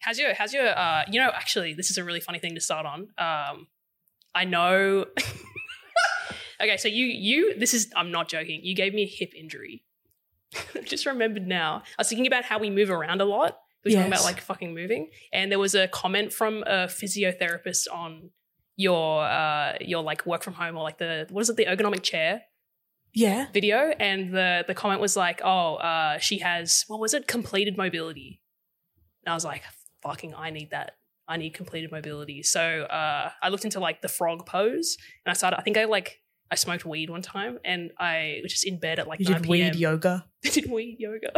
How's your how's your uh you know actually this is a really funny thing to start on. Um I know Okay, so you you this is I'm not joking. You gave me a hip injury. Just remembered now. I was thinking about how we move around a lot. We were talking about Yes. like fucking moving. And there was a comment from a physiotherapist on your uh your like work from home or like the what is it, the ergonomic chair Yeah. video and the the comment was like, "Oh, uh, she has what was it? Completed mobility." And I was like, "Fucking, I need that. I need completed mobility." So uh, I looked into like the frog pose, and I started. I think I like I smoked weed one time, and I was just in bed at like You 9 did p.m. weed yoga. I did weed yoga.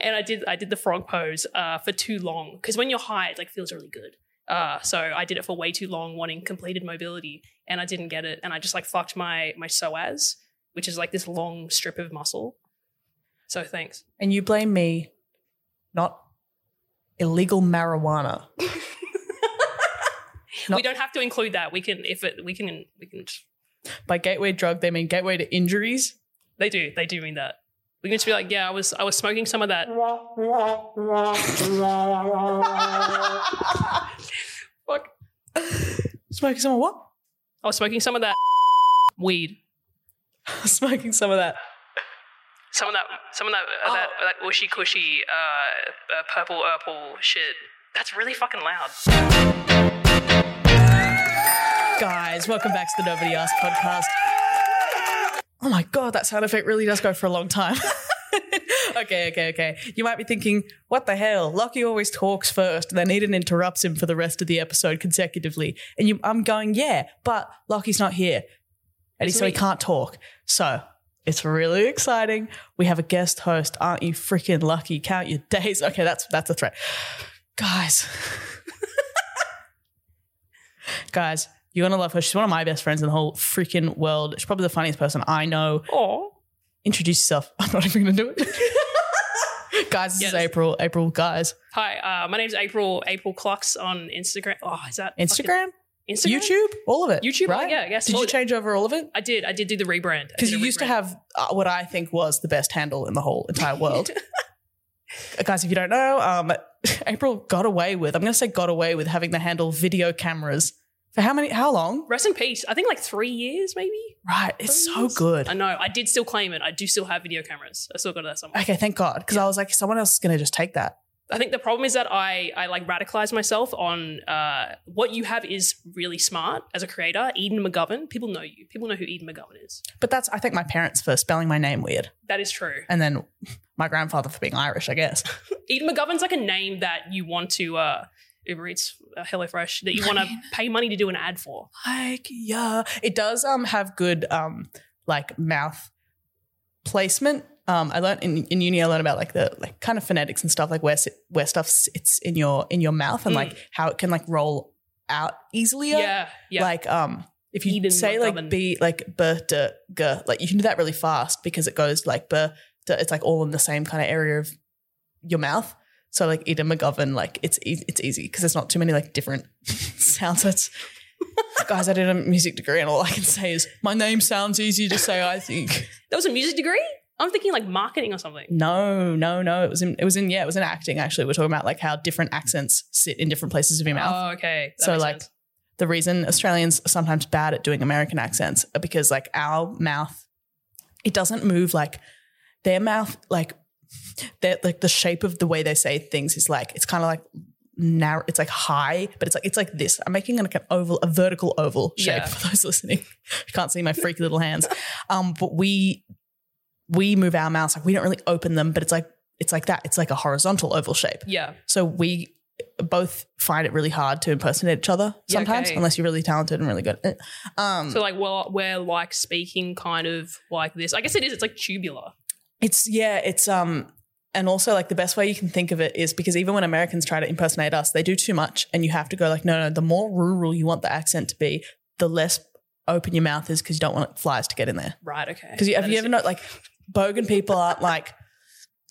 and I did I did the frog pose uh, for too long because when you're high, it like feels really good. Uh, so I did it for way too long, wanting completed mobility, and I didn't get it, and I just like fucked my my psoas, which is like this long strip of muscle. So thanks. And you blame me, not illegal marijuana. Not- we don't have to include that. We can if it we can we can. By gateway drug, they mean gateway to injuries. They do they do mean that. We can just be like, yeah, I was I was smoking some of that. Fuck. Smoking some of what? I was Oh, smoking some of that weed. Smoking some of that. Some of that, some of that, uh, that, Oh. that ushy cushy, uh, uh, purple purple shit. That's really fucking loud. Guys, welcome back to the Nobody Asked podcast. Oh my God, that sound effect really does go for a long time. okay, okay, okay. You might be thinking, what the hell? Lockie always talks first, then Eden interrupts him for the rest of the episode consecutively. And you, I'm going, yeah, but Lockie's not here. And he, It's so he me. can't talk. So it's really exciting. We have a guest host. Aren't you freaking lucky? Count your days. Okay, that's that's a threat. Guys. Guys, you're gonna love her. She's one of my best friends in the whole freaking world. She's probably the funniest person I know Oh, introduce yourself. I'm not even going to do it. guys, this Yes. is April. April, guys. hi. Uh, my name's April. April Clucks on Instagram. Oh, is that fucking- Instagram, Instagram? YouTube, all of it. YouTube, right? yeah, I guess. Did Well, you change over all of it? I did. I did do the rebrand I Because did you a used to rebrand. have uh, what I think was the best handle in the whole entire world. Uh, guys, if you don't know, um, April got away with, I'm going to say got away with having the handle video cameras for how many, how long? Rest in peace. I think like three years, maybe. Right. It's so Years? good. I know. I did still claim it. I do still have video cameras. I still got that somewhere. Okay, thank God. Because I was like, someone else is going to just take that. I think the problem is that I I like radicalize myself on uh, what you have is really smart as a creator. Eden McGovern. People know you. People know who Eden McGovern is. But that's, I thank my parents for spelling my name weird. That is true. And then my grandfather for being Irish, I guess. Eden McGovern's like a name that you want to uh, Uber Eats, uh, HelloFresh, that you want to pay money to do an ad for. like yeah it does um have good um like mouth placement um i learned in, in uni i learned about like the like kind of phonetics and stuff like where s- where stuff sits in your in your mouth and like how it can like roll out easier Yeah, yeah. like um if you Eden say McGovern. like b like b d g like you can do that really fast because it goes like b d, it's like all in the same kind of area of your mouth so like Eden McGovern like it's e- it's easy because there's not too many like different sounds that's guys I did a music degree and all I can say is my name sounds easy to say I think that was a music degree. I'm thinking like marketing or something. no no no it was in it was in yeah it was in acting actually we're talking about like how different accents sit in different places of your mouth Oh, okay. That So, makes like, sense. the reason Australians are sometimes bad at doing American accents are because like our mouth, it doesn't move like their mouth, like their like the shape of the way they say things is like it's kind of like narrow. It's like high, but it's like it's like this. I'm making like an oval, a vertical oval shape Yeah. for those listening. You can't see my freaky little hands. Um, but we we move our mouths like we don't really open them, but it's like it's like that. It's like a horizontal oval shape. yeah, So we both find it really hard to impersonate each other Yeah, sometimes, okay. unless you're really talented and really good. Eh. Um, so like well, we're like speaking kind of like this. I guess it is. It's like tubular. it's yeah, it's um, and also like the best way you can think of it is because even when Americans try to impersonate us, they do too much, and you have to go like, no, no. The more rural you want the accent to be, the less open your mouth is because you don't want flies to get in there. Right. Okay. Because have That you is- ever know like Bogan people aren't like,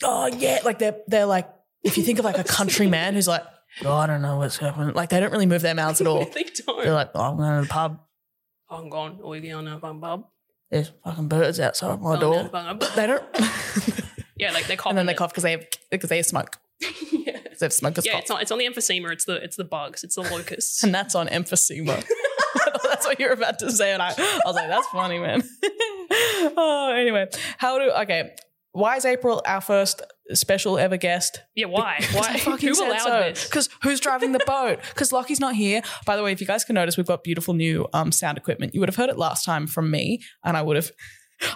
oh yeah, like they're they're like if you think of like a country man who's like, oh, I don't know what's happening, like they don't really move their mouths at all. they They're don't. like, oh, I'm going to the pub. I'm Oh, gone. Or you on a bum bum. There's fucking birds outside my Oh, no, Oh, door. bum, bum. They don't. Yeah, like they cough. and then they cough because they have because they have smoke. yes. They've smoked a yeah, spot. it's not. It's on the emphysema. It's the it's the bugs. It's the locusts. and that's on emphysema. that's what you're about to say. And I, I was like, that's funny, man. oh, anyway, how do, okay. Why is April our first special ever guest? yeah, why? Because I Why? fucking Who said allowed so. this? Because who's driving the boat? Because Lockie's not here. By the way, if you guys can notice, we've got beautiful new um, sound equipment. You would have heard it last time from me, and I would have.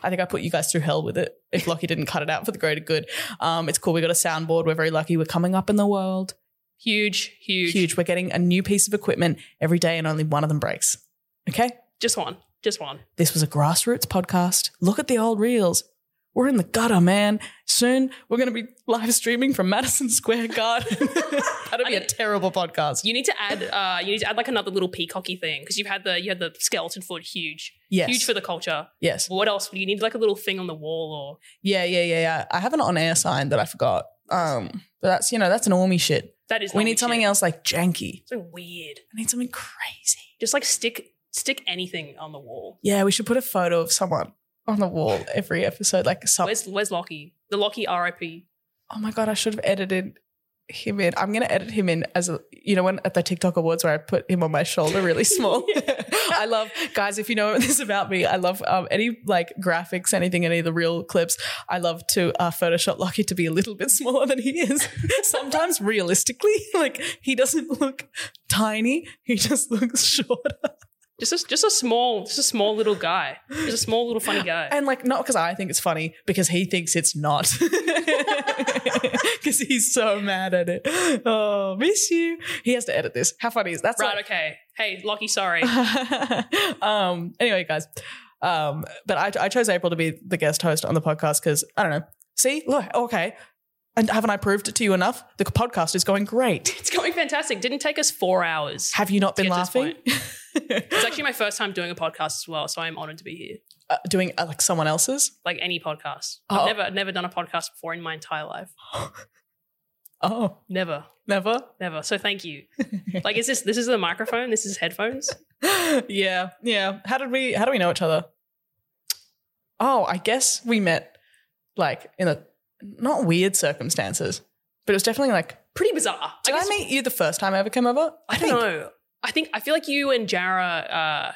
I think I put you guys through hell with it if Lockie didn't cut it out for the greater good. Um, it's cool. We got a soundboard. We're very lucky. We're coming up in the world. Huge, huge, Huge. We're getting a new piece of equipment every day, and only one of them breaks. Okay. Just one. Just one. This was a grassroots podcast. Look at the old reels. We're in the gutter, man. Soon we're going to be live streaming from Madison Square Garden. That'll be I a mean- terrible podcast. You need to add. Uh, you need to add like another little peacocky thing because you've had the you had the skeleton foot huge, Yes. huge for the culture. yes. What else? You need like a little thing on the wall or Yeah, yeah, yeah, yeah. I have an on air sign that I forgot. Um, but that's, you know, that's an normie shit. that is. not we need shit. something else like janky. Something weird. I need something crazy. Just like stick stick anything on the wall. Yeah, we should put a photo of someone on the wall every episode. Like some, Where's Where's Lockie? The Lockie R.I.P. oh my god, I should have edited him in. I'm gonna edit him in as a you know when at the TikTok awards where I put him on my shoulder really small. I love guys. If you know this about me, I love um, any like graphics, anything, any of the real clips. I love to uh, Photoshop Lockie to be a little bit smaller than he is. Sometimes realistically, like he doesn't look tiny. He just looks shorter. Just a, just a small just a small little guy. Just a small little funny guy. And like, not because I think it's funny, because he thinks it's not. Because he's so mad at it. Oh, miss you. He has to edit this. How funny is that? right. Okay. Hey, Lockie. Sorry. um. Anyway, guys. Um. But I, I chose April to be the guest host on the podcast because I don't know. See, look, okay. And haven't I proved it to you enough? The podcast is going great. it's going fantastic. Didn't take us four hours. Have you not been Get to this laughing? It's actually my first time doing a podcast as well, so I'm honored to be here. uh, doing uh, like someone else's? Like any podcast, Oh. I've never never done a podcast before in my entire life. Oh, Never, never. never. So thank you. like, is this this is the microphone? This is headphones. yeah, yeah. How did we? How do we know each other? Oh, I guess we met like in a not weird circumstances, but it was definitely like. Pretty bizarre. Did I, guess- meet you the first time I ever came over? I don't know. I think I feel like you and Jara. Uh,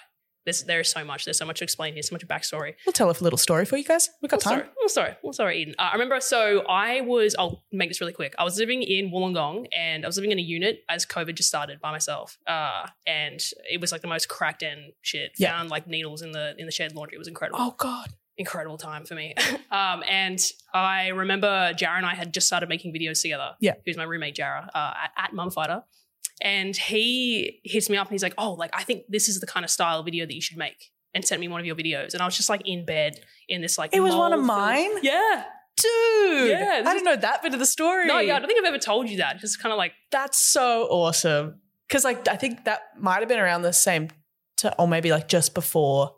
there's there is so much. There's so much to explain here. So much backstory. We'll tell a little story for you guys. We got Well, time. Oh, sorry. Well, sorry. Well, sorry, Eden. Uh, I remember, so I was, I'll make this really quick. I was living in Wollongong and I was living in a unit as COVID just started by myself. Uh, and it was like the most cracked end shit. Yeah. Found like needles in the in the shared laundry. It was incredible. Oh God. Incredible time for me. um, and I remember Jara and I had just started making videos together. Yeah. Who's my roommate, Jara, uh, at, at Mum Fighter. And he hits me up and he's like, oh, like, I think this is the kind of style of video that you should make. And sent me one of your videos. And I was just like in bed in this like It was one of mold-filled- mine? Yeah. Dude, Yeah, this I didn't is- know that bit of the story. No, yeah, I don't think I've ever told you that. It's Just kind of like, That's so awesome. Cause like I think that might have been around the same to or maybe like just before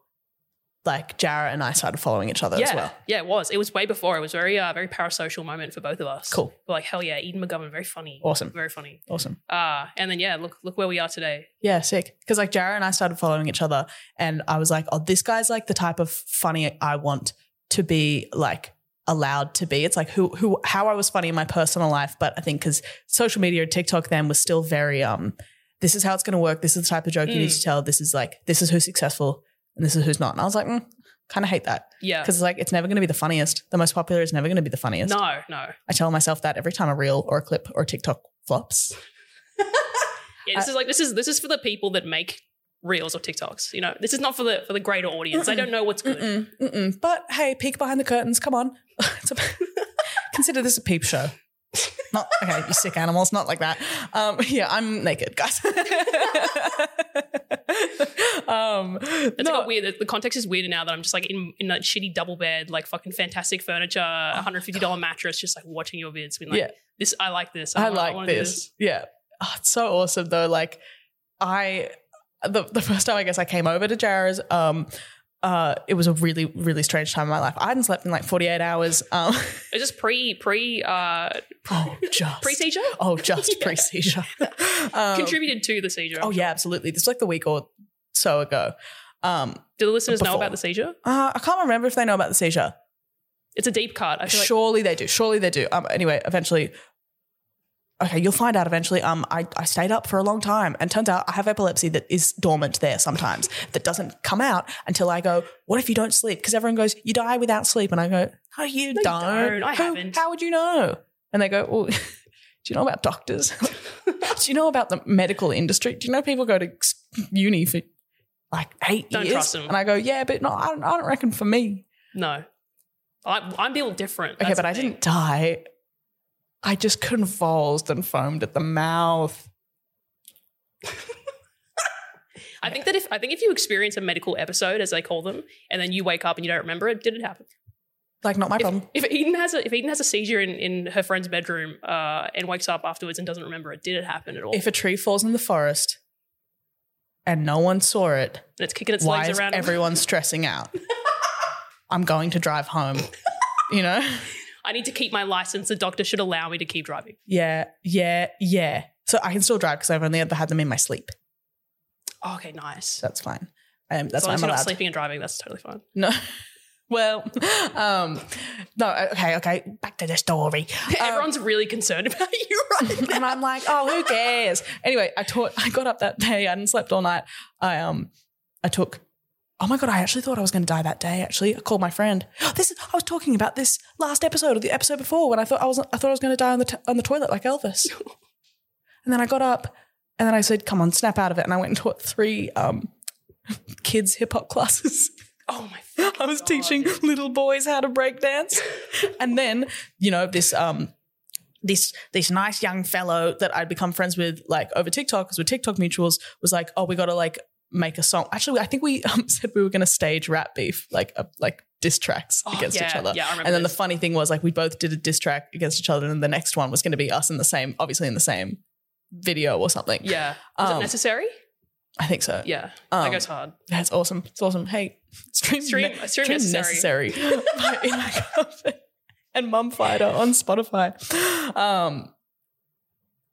like Jarrett and I started following each other as yeah, well. yeah, it was. It was way before. It was very, uh, very parasocial moment for both of us. Cool. We're like hell yeah, Eden McGovern, very funny, Awesome. very funny. Awesome. Uh, and then yeah, look, look where we are today. Yeah, sick. Because like Jara and I started following each other, and I was like, oh, this guy's like the type of funny I want to be like allowed to be. It's like who who how I was funny in my personal life, but I think because social media and TikTok then was still very um, this is how it's going to work. This is the type of joke you need Mm. to tell. This is like this is who's successful and this is who's not. And I was like, mm, kind of hate that Yeah. because it's like it's never going to be the funniest. The most popular is never going to be the funniest. No, no. I tell myself that every time a reel or a clip or a TikTok flops. Yeah, Uh, this is like this is this is for the people that make reels or TikToks. You know, this is not for the for the greater audience. I Mm-mm. don't know what's good. Mm-mm, mm-mm. But hey, peek behind the curtains. Come on. It's a- consider this a peep show. Not okay, you sick animals. Not like that. Um, yeah, I'm naked, guys. um, It's no, like a weird. The context is weirder now that I'm just like in in that shitty double bed, like fucking fantastic furniture, $150 mattress, just like watching your vids, being like, Yeah. this I like this. I wanna- like wanna do this. Yeah, Oh, it's so awesome though. Like, I the the first time I guess I came over to Jara's. Um, uh, it was a really really strange time in my life. I hadn't slept in like 48 hours. Um, It was just pre pre uh oh, just pre seizure. Oh, just Yeah. pre seizure. Um, Contributed to the seizure. Oh yeah, absolutely. This is like the week or so ago. Um, Do the listeners know Before. about the seizure? uh, I can't remember if they know about the seizure. It's a deep cut. I feel like Surely they do. Surely they do. Um, anyway, eventually, okay, you'll find out eventually. Um, I, I stayed up for a long time and turns out I have epilepsy that is dormant there sometimes that doesn't come out until I go, what if you don't sleep? Because everyone goes, you die without sleep. And I go, no, you you don't. don't. I Who- haven't." How would you know? And they go, well, do you know about doctors? do you know about the medical industry? Do you know people go to uni for like eight Don't years? trust 'em. And I go, yeah, but no, I don't, I don't reckon for me. No. I, I'm built different. Okay, that's but the I thing. didn't die. I just convulsed and foamed at the mouth. I think that if I think if you experience a medical episode, as they call them, and then you wake up and you don't remember it, did it happen? Like, not my problem. If Eden has a if Eden has a seizure in, in her friend's bedroom uh, and wakes up afterwards and doesn't remember it, did it happen at all? If a tree falls in the forest and no one saw it, and it's kicking its why legs is around. everyone stressing out? I'm going to drive home. You know? I need to keep my license. The doctor should allow me to keep driving. Yeah, yeah, yeah. So I can still drive because I've only ever had them in my sleep. Oh, okay, nice. So that's fine. Um, As that's long why as I'm you're not allowed. sleeping and driving, that's totally fine. No. Well, um, no, okay, okay. Back to the story. Everyone's really concerned about you right now. and I'm like, oh, who cares? Anyway, I taught. I got up that day. I didn't slept all night. I um, I took. Oh my god! I actually thought I was going to die that day. Actually, I called my friend. this is. I was talking about this last episode or the episode before when I thought I was. I thought I was going to die on the t- on the toilet like Elvis. and then I got up, and then I said, "Come on, snap out of it!" And I went and taught three um, kids hip hop classes. Oh my fucking I was God. teaching little boys how to break dance. and then, you know, this um this this nice young fellow that I'd become friends with like over TikTok because we're TikTok mutuals was like, "Oh, we got to like make a song." Actually, I think we um, said we were going to stage rap beef like a, like diss tracks Oh, against yeah, each other. Yeah, I remember. and then the this. funny thing was like we both did a diss track against each other and the next one was going to be us in the same obviously in the same video or something. yeah, was Um, it necessary? I think so. Yeah, Um, that goes hard. That's awesome. It's awesome. Hey, stream, Stream, stream Trim necessary. necessary. by In My Coffin and Mum Fighter on Spotify. Um,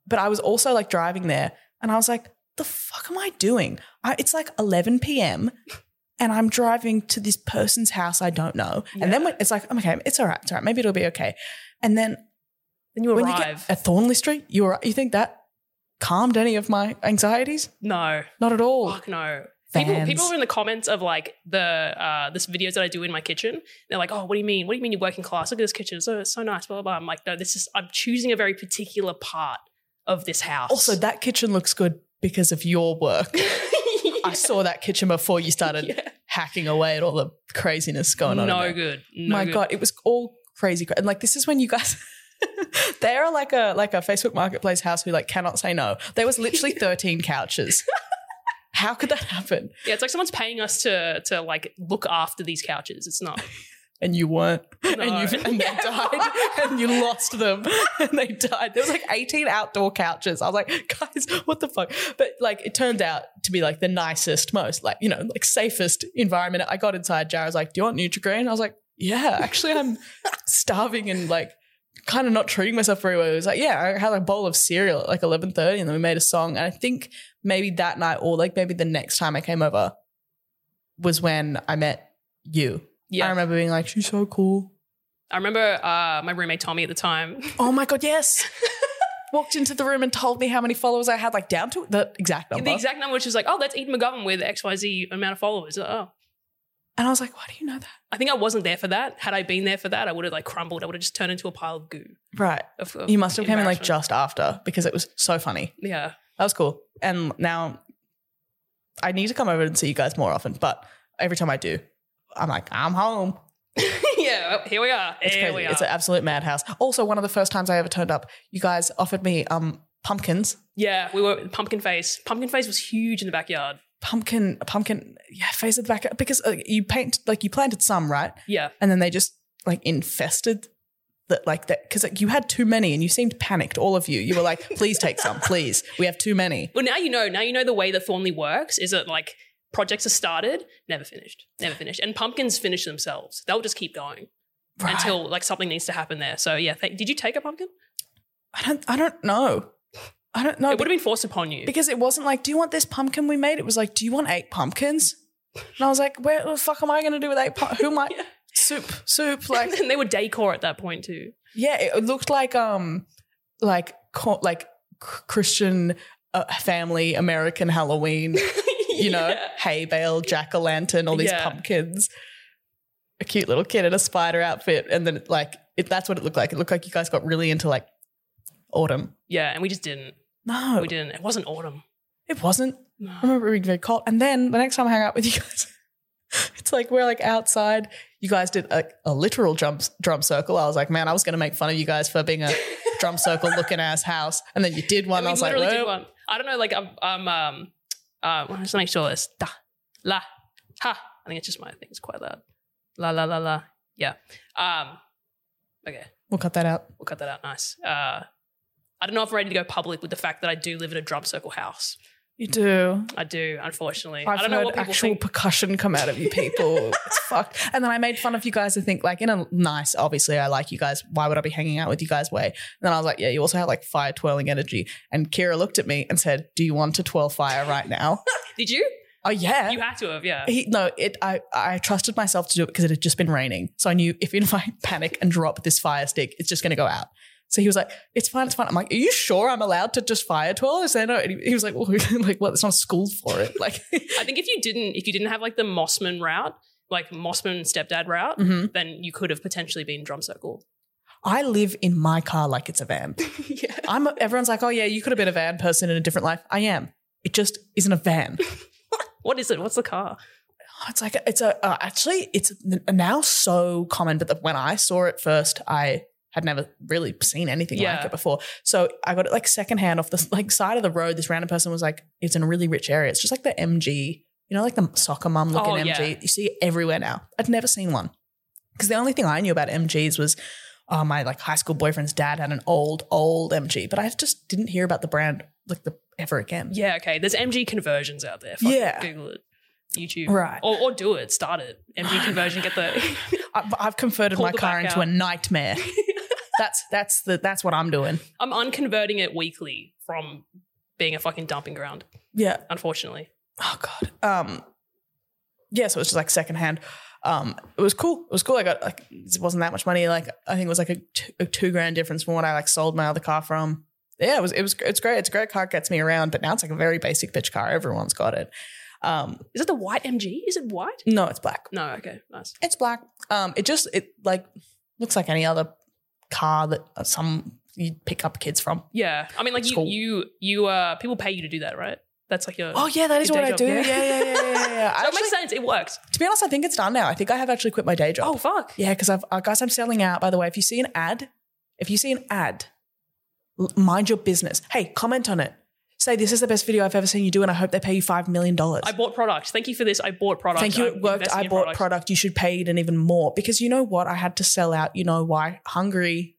but I was also like driving there and I was like, the fuck am I doing? I, it's like 11 p.m. and I'm driving to this person's house I don't know. And then Yeah. when, it's like, okay, it's all right. It's all right. Maybe it'll be okay. And then Then you when you get arrive. at Thornley Street, you were, you think that calmed any of my anxieties? no, Not at all. fuck no. People, Fans. people were in the comments of like the uh, this videos that I do in my kitchen. They're like, "Oh, what do you mean? What do you mean you're working class? Look at this kitchen. It's so, it's so nice." Blah blah blah. I'm like, "No, this is. I'm choosing a very particular part of this house." Also, that kitchen looks good because of your work. I saw that kitchen before you started Yeah. hacking away at all the craziness going on. in no there. good. No My good. God, it was all crazy. cra- And like this is when you guys they are like a like a Facebook marketplace house who like cannot say no. There was literally 13 couches. How could that happen? Yeah, it's like someone's paying us to to like look after these couches. It's not. And you weren't. No. And you and they died. and you lost them. And they died. There was like 18 outdoor couches. I was like, guys, what the fuck? But like it turned out to be like the nicest, most like, you know, like safest environment. I got inside Jared's like, Do you want Nutrigrain? I was like, Yeah, actually I'm starving and like kind of not treating myself very well. It was like, yeah, I had a bowl of cereal at like 11:30 and then we made a song and I think maybe that night or like maybe the next time I came over was when I met you. Yeah, I remember being like, she's so cool. I remember uh, my roommate Tommy at the time. Oh my god, yes. Walked into the room and told me how many followers I had, like down to the exact number. The exact number, which was like, "Oh, that's Eden McGovern with X Y Z amount of followers." Oh, and I was like, why do you know that? I think I wasn't there for that. Had I been there for that, I would have like crumbled. I would have just turned into a pile of goo. Right. Of, of You must have came in like embarrassment. just after because it was so funny. Yeah, That was cool. And now I need to come over and see you guys more often, but every time I do, I'm like, I'm home. yeah. well, Here we are. It's here we crazy. are. It's an absolute madhouse. Also, one of the first times I ever turned up, you guys offered me um pumpkins. yeah, we were pumpkin face. Pumpkin face was huge in the backyard. Pumpkin, pumpkin, yeah, face of the back because uh, you paint like you planted some, right? Yeah, and then they just like infested that like that because like, you had too many and you seemed panicked all of you you were like please take some please we have too many Well, now you know. Now you know the way that Thornley works is that like projects are started, never finished, never finished, and pumpkins finish themselves. They'll just keep going until like something needs to happen there. So yeah, thank- did you take a pumpkin? i don't i don't know i don't know it would have been forced upon you. Oh, because it wasn't like do you want this pumpkin we made it was like do you want eight pumpkins and i was like where the fuck am i going to do with eight pu- who am i Yeah. soup soup like and they were decor at that point too. yeah it looked like um like co- like c- Christian uh, family American Halloween. You know, Yeah. hay bale, jack o' lantern, all these Yeah. pumpkins. A cute little kid in a spider outfit, and then like it, that's what it looked like. It looked like you guys got really into like autumn. Yeah, and we just didn't. No, We didn't. It wasn't autumn. it wasn't. I No. remember it being very cold. And then the next time I hang out with you guys, it's like we're like outside. You guys did a, a literal drum drum circle. I was like, man, I was going to make fun of you guys for being a drum circle looking ass house, and then you did one. And we I was like, literally did "Whoa." one. I don't know. Like I'm. I'm um. Uh, well, let's make sure it's da la ha. I think it's just my thing. It's quite loud. La la la la. Yeah. Um. Okay. we'll cut that out. We'll cut that out. Nice. Uh. I don't know if I'm ready to go public with the fact that I do live in a drum circle house. You do. I do, unfortunately. I've I do not know heard what people actual think. percussion come out of you people. it's fucked. And then I made fun of you guys. I think like in a nice, obviously I like you guys. Why would I be hanging out with you guys? Way. And then I was like, yeah, you also have like fire twirling energy. And Kira looked at me and said, do you want to twirl fire right now? Did you? oh yeah. You had to have, yeah. He, no, it. I, I trusted myself to do it because it had just been raining, so I knew if, if I panic and drop this fire stick, it's just going to go out. So he was like, "It's fine, it's fine." I'm like, "Are you sure I'm allowed to just fire twirl?" I said, "No." And he, he was like, well, "Like, well, it's not school for it." Like, I think if you didn't, if you didn't have like the Mossman route, like Mossman stepdad route, mhm. then you could have potentially been drum circle. I live in my car like it's a van. yeah. I'm. Everyone's like, "Oh yeah, you could have been a van person in a different life." I am. It just isn't a van. What is it? What's the car? Oh, It's like it's a uh, actually it's n- now so common, but the, when I saw it first, I had never really seen anything like Yeah. it before. So I got it like secondhand off the like side of the road. This random person was like, "It's in a really rich area. It's just like the MG, you know, like the soccer mum looking Oh, yeah. MG. You see it everywhere now. I'd never seen one because the only thing I knew about MGs was." Oh, my like high school boyfriend's dad had an old, old MG, but I just didn't hear about the brand like the ever again. Yeah, okay. There's MG conversions out there. Fucking Yeah. Google it. YouTube. Right. Or, or do it. Start it. MG conversion. Get the. I've, I've converted Pull my the car back into out. a nightmare. that's that's the that's what I'm doing. I'm unconverting it weekly from being a fucking dumping ground. Yeah. Unfortunately. Oh god. Um. Yeah. So it was just like secondhand. Um. It was cool. It was cool. I got like it wasn't that much money. Like I think it was like a two, a two grand difference from what I like sold my other car from. Yeah. It was. It was. It's great. It's a great car. It gets me around. But now it's like a very basic bitch car. Everyone's got it. Um. Is it the white MG? Is it white? No, it's black. No. Okay. Nice. It's black. Um, it just it like looks like any other car that uh, some you pick up kids from. Yeah. I mean, like you, Cool. you, you. Uh, people pay you to do that, right? That's like your. Oh yeah, that is Your what day I job, do. Yeah, yeah. yeah, yeah, yeah. yeah, yeah. I so it actually, makes sense. It works. to be honest, I think it's done now. I think I have actually quit my day job. Oh fuck. yeah, because I've uh, guys, I'm selling out. By the way, if you see an ad, if you see an ad, l- mind your business. Hey, comment on it. Say this is the best video I've ever seen you do, and I hope they pay you five million dollars. I bought product. Thank you for this. I bought product. Thank you. I'm It worked. investing I in bought product. You should pay it and even more because you know what? I had to sell out. You know why? Hungry.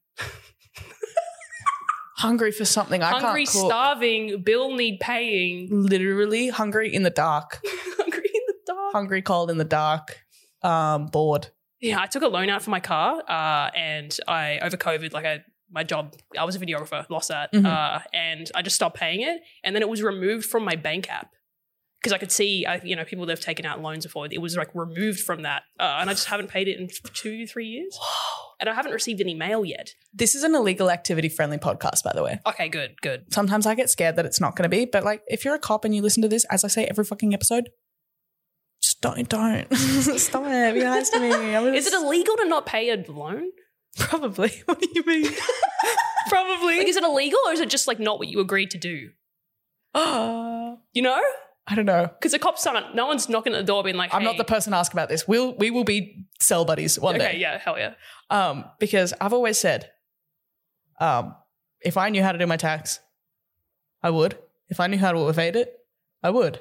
hungry for something. I Hungry, can't cook. starving. Bill need paying. Literally hungry in the dark. Hungry in the dark. hungry, cold in the dark. Um, bored. Yeah, I took a loan out for my car, uh, and I over COVID, like I my job, I was a videographer, lost that, Mhm. uh, and I just stopped paying it, and then it was removed from my bank app because I could see, I, you know, people that have taken out loans before, it was like removed from that, uh, and I just haven't paid it in two, three years, and I haven't received any mail yet. This is an illegal activity friendly podcast, by the way. Okay, good, good. Sometimes I get scared that it's not going to be, but like if you're a cop and you listen to this, as I say every fucking episode, just don't, don't. Stop it. Be nice to me. I'm Is it just- illegal to not pay a loan? probably? What do you mean? probably. Like, is it illegal or is it just like not what you agreed to do? You know, I don't know. because the cops aren't. No one's knocking at the door, being like, I'm not "Hey." the person to ask about this. We'll we will be cell buddies one Okay, day. yeah, hell yeah. Um, because I've always said, um, if I knew how to do my tax, I would. If I knew how to evade it, I would.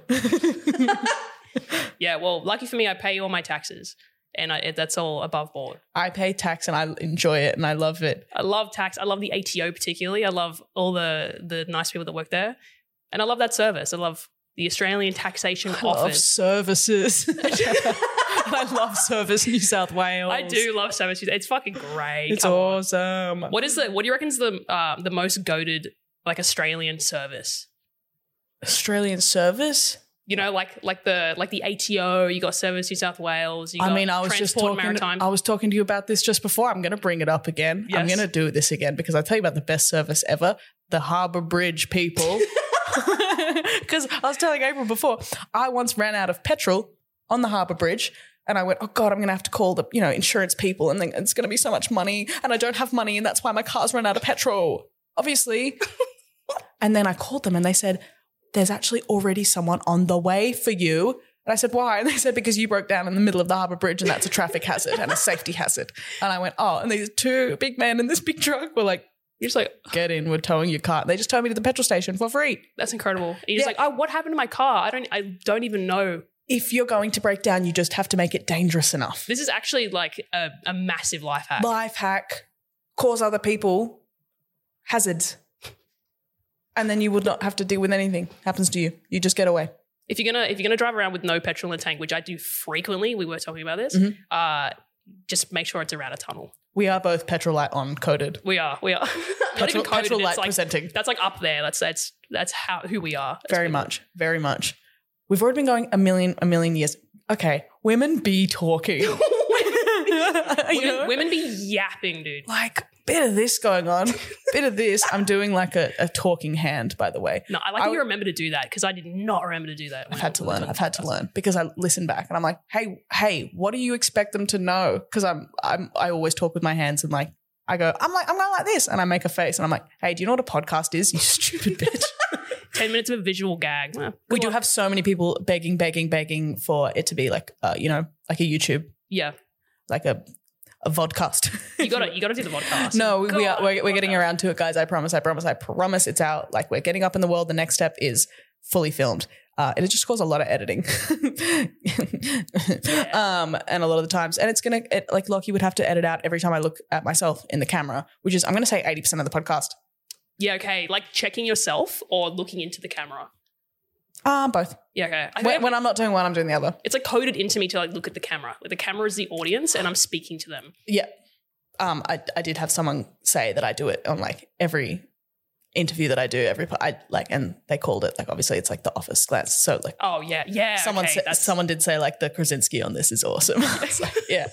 Yeah, well, lucky for me, I pay all my taxes, and I, that's all above board. I pay tax and I enjoy it and I love it. I love tax. I love the ATO particularly. I love all the the nice people that work there, and I love that service. I love the Australian Taxation I love Office. services. I love service New South Wales. I do love service. It's fucking great. It's Come on. awesome. What is the? What do you reckon's the uh, the most goaded like Australian service? Australian service? You know, like like the like the ATO. You got Service New South Wales. You I got mean, I was just Transport talking. and Maritime. I was talking to you about this just before. I'm going to bring it up again. I'm Yes. going to do this again because I tell you about the best service ever, the Harbour Bridge people. Because I was telling April before, I once ran out of petrol on the Harbour Bridge. And I went, oh God, I'm going to have to call the, you know, insurance people and then it's going to be so much money and I don't have money and that's why my car's run out of petrol, obviously. and then I called them and they said, there's actually already someone on the way for you. And I said, why? And they said, because you broke down in the middle of the harbour bridge and that's a traffic hazard and a safety hazard. And I went, oh, and these two big men in this big truck were like, You're just like get in, we're towing your car. And they just towed me to the petrol station for free. that's incredible. And you're just Yeah. like, oh, what happened to my car? I don't I don't even know. If you're going to break down, you just have to make it dangerous enough. This is actually like a, a massive life hack. Life hack, cause other people hazards. And then you would not have to deal with anything happens to you. You just get away. if you're gonna if you're gonna drive around with no petrol in the tank, which I do frequently, we were talking about this. Mhm. Uh, just make sure it's around a tunnel. We are both petrol light on coded. We are, we are. Not even Petrol, coded, petrol it's light like, presenting. that's like up there. That's that's that's how who we are. It's Very been- much. Very much. We've already been going a million, a million years. Okay. Women be talking. You Women, know? women be yapping, dude. Like, bit of this going on, bit of this. I'm doing like a, a talking hand, by the way. No, I like I that you w- remember to do that because I did not remember to do that. when I've I had was to on the learn. top I've had to podcast. learn because I listen back and I'm like, hey, hey, what do you expect them to know? Because I'm, I'm, I always talk with my hands and like, I go, I'm like, I'm going like this, and I make a face, and I'm like, hey, do you know what a podcast is? You stupid bitch. Ten minutes of a visual gag. Well, we good do luck. have so many people begging, begging, begging for it to be like, uh, you know, like a YouTube, Yeah, like a, a vodcast. you got to you got to do the podcast. No, we, we are God, we're, we're getting podcast. around to it, guys. I promise. I promise. I promise. It's out. Like we're getting up in the world. The next step is fully filmed. Uh, and it just caused a lot of editing, um, and a lot of the times, and it's gonna it, like Lockie would have to edit out every time I look at myself in the camera, which is I'm gonna say eighty percent of the podcast. Yeah, okay. Like checking yourself or looking into the camera. Um, both. Yeah, okay. I When, think when I'm not doing one, I'm doing the other. it's like coded into me to like look at the camera. Like the camera is the audience, and I'm speaking to them. Yeah. Um, I, I did have someone say that I do it on like every interview that I do, every po- I like, and they called it like obviously it's like the office glance. So like Oh yeah, yeah. someone okay, said that's- someone did say like the Krasinski on this is awesome. It's like, yeah,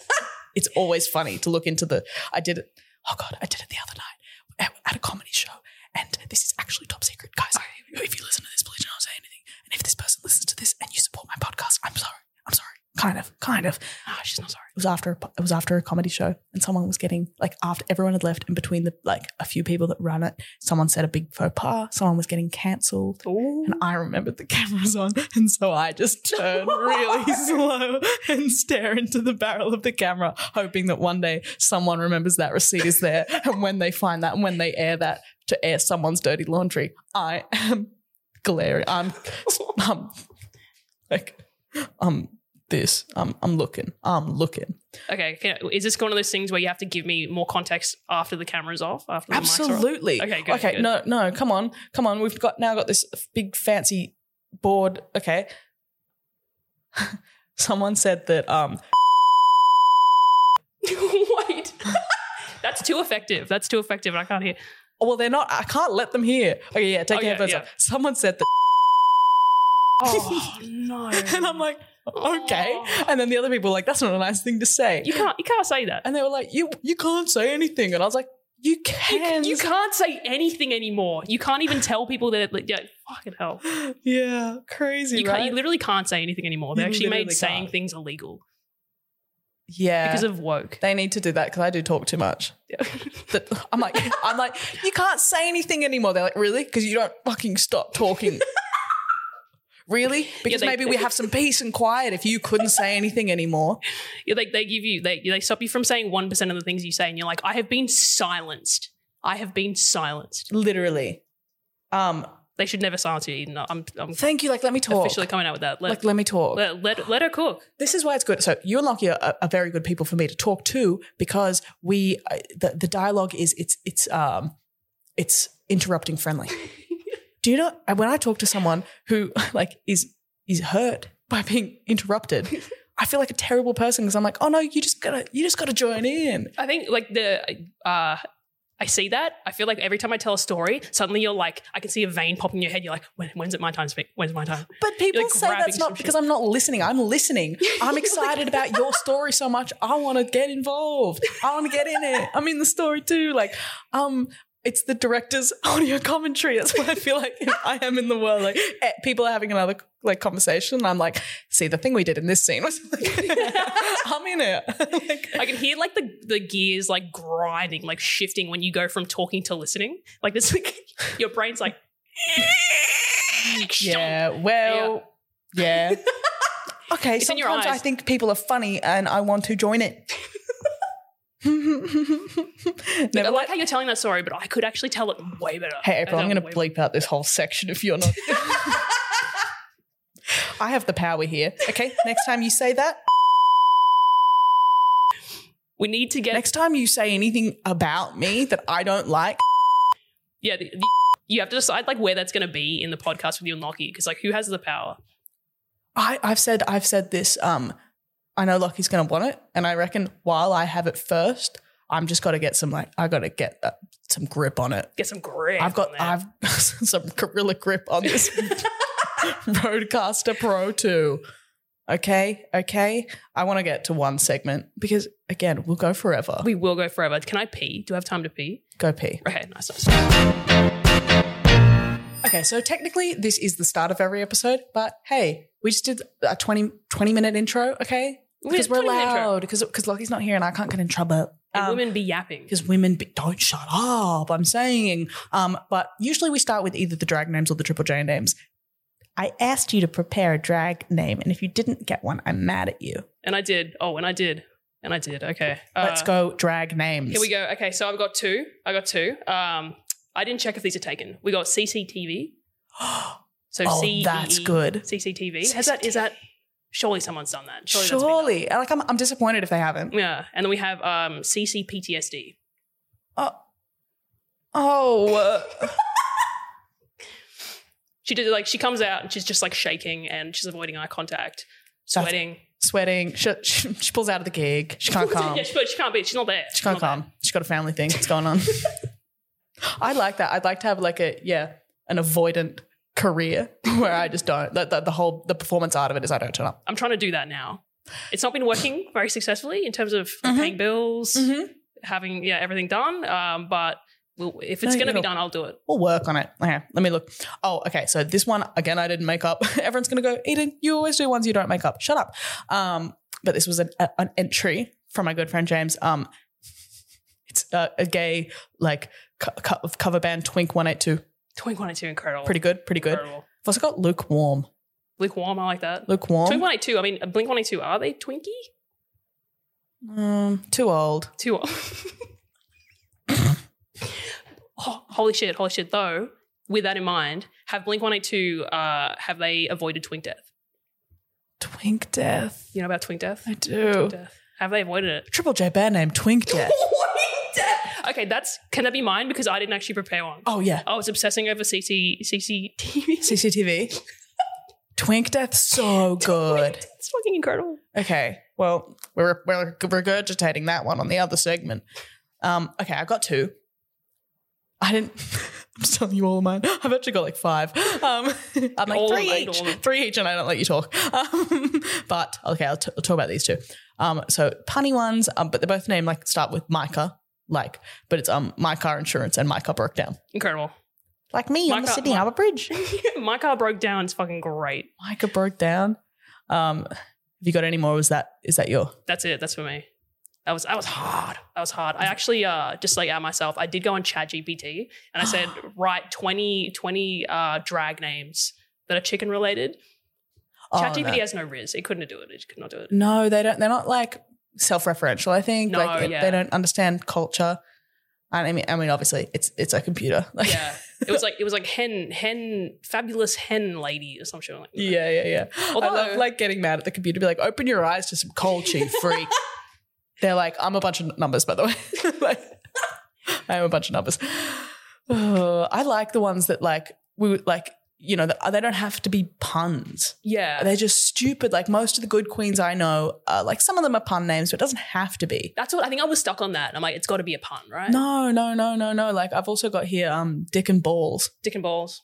it's always funny to look into the. I did it. Oh god, I did it the other night at- at a comedy show, and this is actually top secret, guys. If you listen to this, please don't say anything. And if this person listens to this and you support my podcast, I'm sorry. I'm sorry. Kind of, kind of. Ah, she's not sorry. It was after a, it was after a comedy show, and someone was getting like after everyone had left, and between the like a few people that run it, someone said a big faux pas. Someone was getting cancelled. And I remembered the camera's on, and so I just turn really slow and stare into the barrel of the camera, hoping that one day someone remembers that receipt is there. And when they find that and when they air that to air someone's dirty laundry, I am glaring. I'm, I'm like, I'm this. I'm, I'm looking. I'm looking. Okay, can, is this one of those things where you have to give me more context after the camera's off? After the mics are off? Absolutely. Okay, good, okay. good. No, no. Come on, come on. We've got now got this f- big fancy board. Okay. Someone said that. Um. Wait, that's too effective. That's too effective. and I can't hear. oh, Well, they're not. I can't let them hear. Okay. Yeah. Take Oh, your yeah, headphones yeah. off. Someone said that, Oh no! and I'm like, okay. And then the other people were like, that's not a nice thing to say. Oh. you can't you can't say that. and they were like, you you can't say anything. And I was like, you You, can. you can't say anything anymore. You can't even tell people that. Like, yeah, fucking hell. Yeah. Crazy, You, right? can't, you literally can't say anything anymore. They You actually made literally saying can't. things illegal yeah. because of woke. they need to do that because I do talk too much. that I'm like, I'm like, you can't say anything anymore. They're like, really? Because you don't fucking stop talking. really? Because they- maybe we have some peace and quiet if you couldn't say anything anymore. Yeah, they, they give you they they stop you from saying one percent of the things you say, and you're like, I have been silenced. I have been silenced. Literally. Um, They should never silence you. Eden. I'm I'm thank you. Like, let me talk. officially coming out with that. Let, like, let me talk. let, let let her cook. this is why it's good. So you and Lockie are, are very good people for me to talk to because we uh, the the dialogue is it's it's um it's interrupting friendly. Do you know when I talk to someone who like is is hurt by being interrupted, I feel like a terrible person because I'm like, oh no, you just gotta you just gotta join in. I think like the uh I see that. I feel like every time I tell a story, suddenly you're like, I can see a vein pop in your head. You're like, when, when's it my time to speak? When's my time? But people like, say grabbing that's some not because I'm not listening. I'm listening. I'm excited about your story so much. I want to get involved. I want to get in it. I'm in the story too. Like, um, it's the director's audio commentary. That's what I feel like I am in the world. Like, eh, people are having another like conversation. And I'm like, see, the thing we did in this scene was like, I'm in it. like, I can hear like the, the gears like grinding, like shifting when you go from talking to listening. Like this, like your brain's like, yeah. Well. Yeah. Okay. It's in sometimes your I eyes. think people are funny, and I want to join it. I Never like how you're telling that story, but I could actually tell it way better. Hey, April, I I'm know going to way- bleep out this whole section if you're not. I have the power here. Okay, next time you say that, We need to get next time you say anything about me that I don't like, yeah. The, the, you have to decide like where that's going to be in the podcast with your Noki because like who has the power? I, I've said I've said this. Um, I know Lockie's going to want it, and I reckon while I have it first, I'm just got to get some like I got to get uh, some grip on it. Get some grip. I've got on that. I've some gorilla grip on this Roadcaster Pro 2. Okay, okay. I want to get to one segment because again, we'll go forever. we will go forever. Can I pee? Do I have time to pee? go pee. Okay, nice. nice. Okay, so technically this is the start of every episode, but hey, we just did a 20, 20 minute intro, okay? Because we're loud, because because Lockie's not here and I can't get in trouble. And Um, women be yapping. because women be, don't shut up. I'm saying, um, but usually we start with either the drag names or the triple J names. I asked you to prepare a drag name, and if you didn't get one, I'm mad at you. And I did. Oh, and I did. And I did. Okay. Let's Uh, go drag names. Here we go. Okay, so I've got two. I got two. Um, I didn't check if these are taken. We got CCTV. So Oh, C E E that's good. CCTV. Has that is that? Surely someone's done that. Surely. that's Mm. been done. Surely, And, like I'm, I'm disappointed if they haven't. Yeah, and then we have um, CCPTSD. Oh, uh, She did like she comes out and she's just like shaking and she's avoiding eye contact, That's- sweating. sweating. She, she, she pulls out of the gig. She can't come. yeah, she, but she can't be. She's not there. She not can't come. She's got a family thing. What's going on? I like that. I'd like to have like a yeah, an avoidant career where I just don't. The, the, the whole the performance art of it is I don't turn up. I'm trying to do that now. It's not been working very successfully in terms of Mhm. paying bills, Mm-hmm. having yeah everything done. Um, but we'll, if it's going No, to be it'll- done, I'll do it. We'll work on it. Okay, let me look. Oh, okay. So this one again, I didn't make up. Everyone's gonna go, Eden. You always do ones you don't make up. Shut up. Um, but this was an, a- an entry from my good friend James. Um, it's a, a gay like co- co- cover band Twink One Eight Two. Twink one eight two incredible. Pretty good. Pretty good. Incredible. I've also got lukewarm. Lukewarm, I like that. Twink Lukewarm. one eight two. I mean, Blink one eight two. Are they Twinkie? Um, too old. Too old. oh, holy shit! Holy shit! Though, with that in mind, have Blink one eight two? Uh, have they avoided Twink death? Twink Death. You know about Twink death? I do. death. Have they avoided it? Triple J band name Twink Death. Okay, that's can that be mine because I didn't actually prepare one. oh yeah. I was obsessing over CC CCTV. CCTV. Twink Death, so good. It's fucking incredible. Okay. Well, we're we're regurgitating that one on the other segment. Um. Okay, I've got two. I didn't. I'm just telling you all of mine. I've actually got like five. Um, I'm like All of three mine, all each, of them. three each, and I don't let you talk. Um, but okay, I'll, t- I'll talk about these two. Um, so punny ones, um, but they're both named like start with Micah, like, but it's um my car insurance and my car broke down. Incredible. Like me on the Micah- Sydney Mi- Harbour Bridge. My car broke down. It's fucking great. Micah broke down. Um, have you got any more? Was that is that your? That's it. That's for me. That was that was hard. That was hard. I actually uh just like at myself, I did go on ChatGPT and I said write 20, 20 uh drag names that are chicken related. oh, ChatGPT no. has no riz. It couldn't do it. It could not do it. No, they don't. They're not like self-referential. I think No, like it- yeah. they don't understand culture. And I mean, I mean, obviously, it's it's a computer. Like, Yeah. It was like it was like hen hen fabulous hen lady or some shit like that. yeah, yeah, yeah. I love Although- like getting mad at the computer. Be like, open your eyes to some culture, freak. they're like, I'm a bunch of numbers, by the way. like, I'm a bunch of numbers. Oh, I like the ones that like we would- like you know, they don't have to be puns. Yeah. They're just stupid. Like most of the good queens I know, are, like some of them are pun names, but it doesn't have to be. That's what I think I was stuck on that. I'm like, it's got to be a pun, right? No, no, no, no, no. Like I've also got here, um, Dick and Balls. Dick and balls.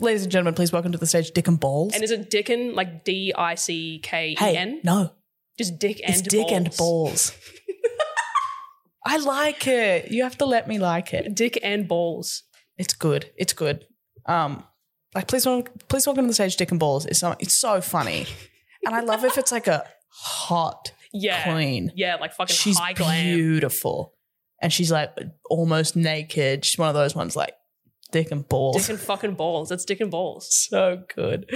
Ladies and gentlemen, please welcome to the stage, Dick and Balls. And is it Dickon like D I C K E hey, N? no, Just Dick and it's Dick and Balls. I like it. You have to let me like it. Dick and balls. It's good. It's good. Um, like please, wel- please welcome to the stage, Dick and Balls. It's so, it's so funny, and I love if it's like a hot Yeah. queen. Yeah, like fucking She's high glam. beautiful, and she's like almost naked. She's one of those ones like Dick and Balls. Dick and fucking balls. That's Dick and balls. so good,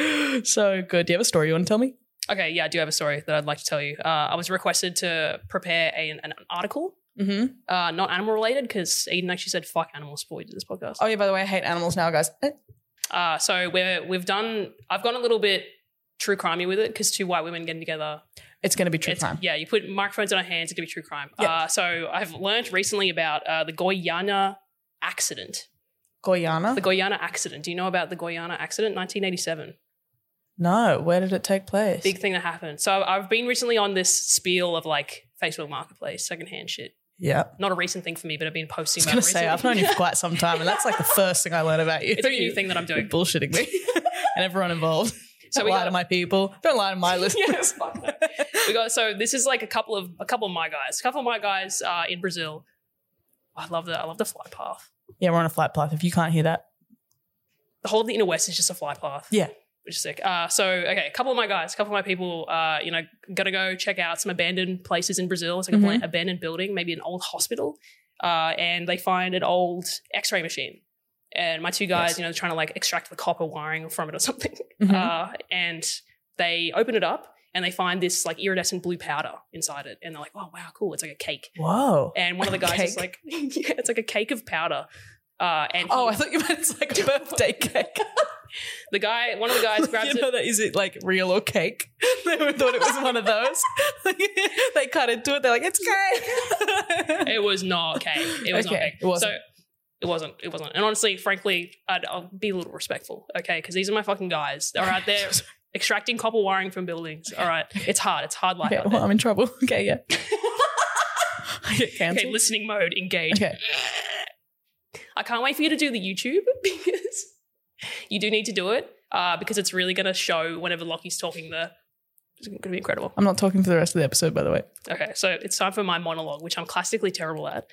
so good. Do you have a story you want to tell me? Okay, yeah, I do have a story that I'd like to tell you. Uh, I was requested to prepare a, an, an article, Mm-hmm. uh, not animal related, because Eden actually said fuck animals before we did this podcast. Oh yeah, by the way, I hate animals now, guys. Eh. Uh, so we're, we've done, I've gone a little bit true crimey with it because two white women getting together. It's gonna be true it's- crime. Yeah, you put microphones in our hands, it could be true crime. Yeah. Uh, so I've learned recently about uh, the Goyana accident. Guyana? The Goyana accident. Do you know about the Goyana accident? 1987. no, where did it take place? Big thing that happened. So I've been recently on this spiel of like Facebook Marketplace, secondhand shit. yeah, not a recent thing for me, but I've been I posting. was about gonna say recently. I've known you for quite some time, and that's like the first thing I learned about you. it's a new thing that I'm You're doing. bullshitting me and everyone involved. So Don't we lie got- to my people. Don't lie to my Yes, listeners. fuck that. We got so this is like a couple of a couple of my guys, a couple of my guys uh, in Brazil. Oh, I love the I love the flight path. yeah, we're on a flight path. If you can't hear that, The whole of the inner west is just a flight path. Yeah. Which is sick. Uh, so okay, a couple of my guys, a couple of my people, uh, you know, gonna go check out some abandoned places in Brazil. It's like a Mhm. bla- abandoned building, maybe an old hospital, uh, and they find an old X-ray machine. And my two guys, Yes. you know, trying to like extract the copper wiring from it or something. Mhm. uh, and they open it up and they find this like iridescent blue powder inside it and they're like oh wow cool it's like a cake whoa. and one of the guys is Cake. like yeah it's like a cake of powder uh, and Oh, he- I thought you meant it's like a birthday cake. the guy one of the guys grabs you know it that is it like real or cake? they thought it was one of those. they cut into it. They're like, it's cake. it was not cake it was not Okay, cake it wasn't. so it wasn't it wasn't and honestly frankly I'd, i'll be a little respectful okay because these are my fucking guys they're out there extracting copper wiring from buildings all right it's hard it's hard life okay, out well, there. I'm in trouble. Okay, yeah. I get cancelled. okay listening mode engage Okay. I can't wait for you to do the YouTube because you do need to do it uh, because it's really going to show whenever Lockie's talking the. It's going to be incredible. I'm not talking for the rest of the episode, by the way. Okay, so it's time for my monologue, which I'm classically terrible at.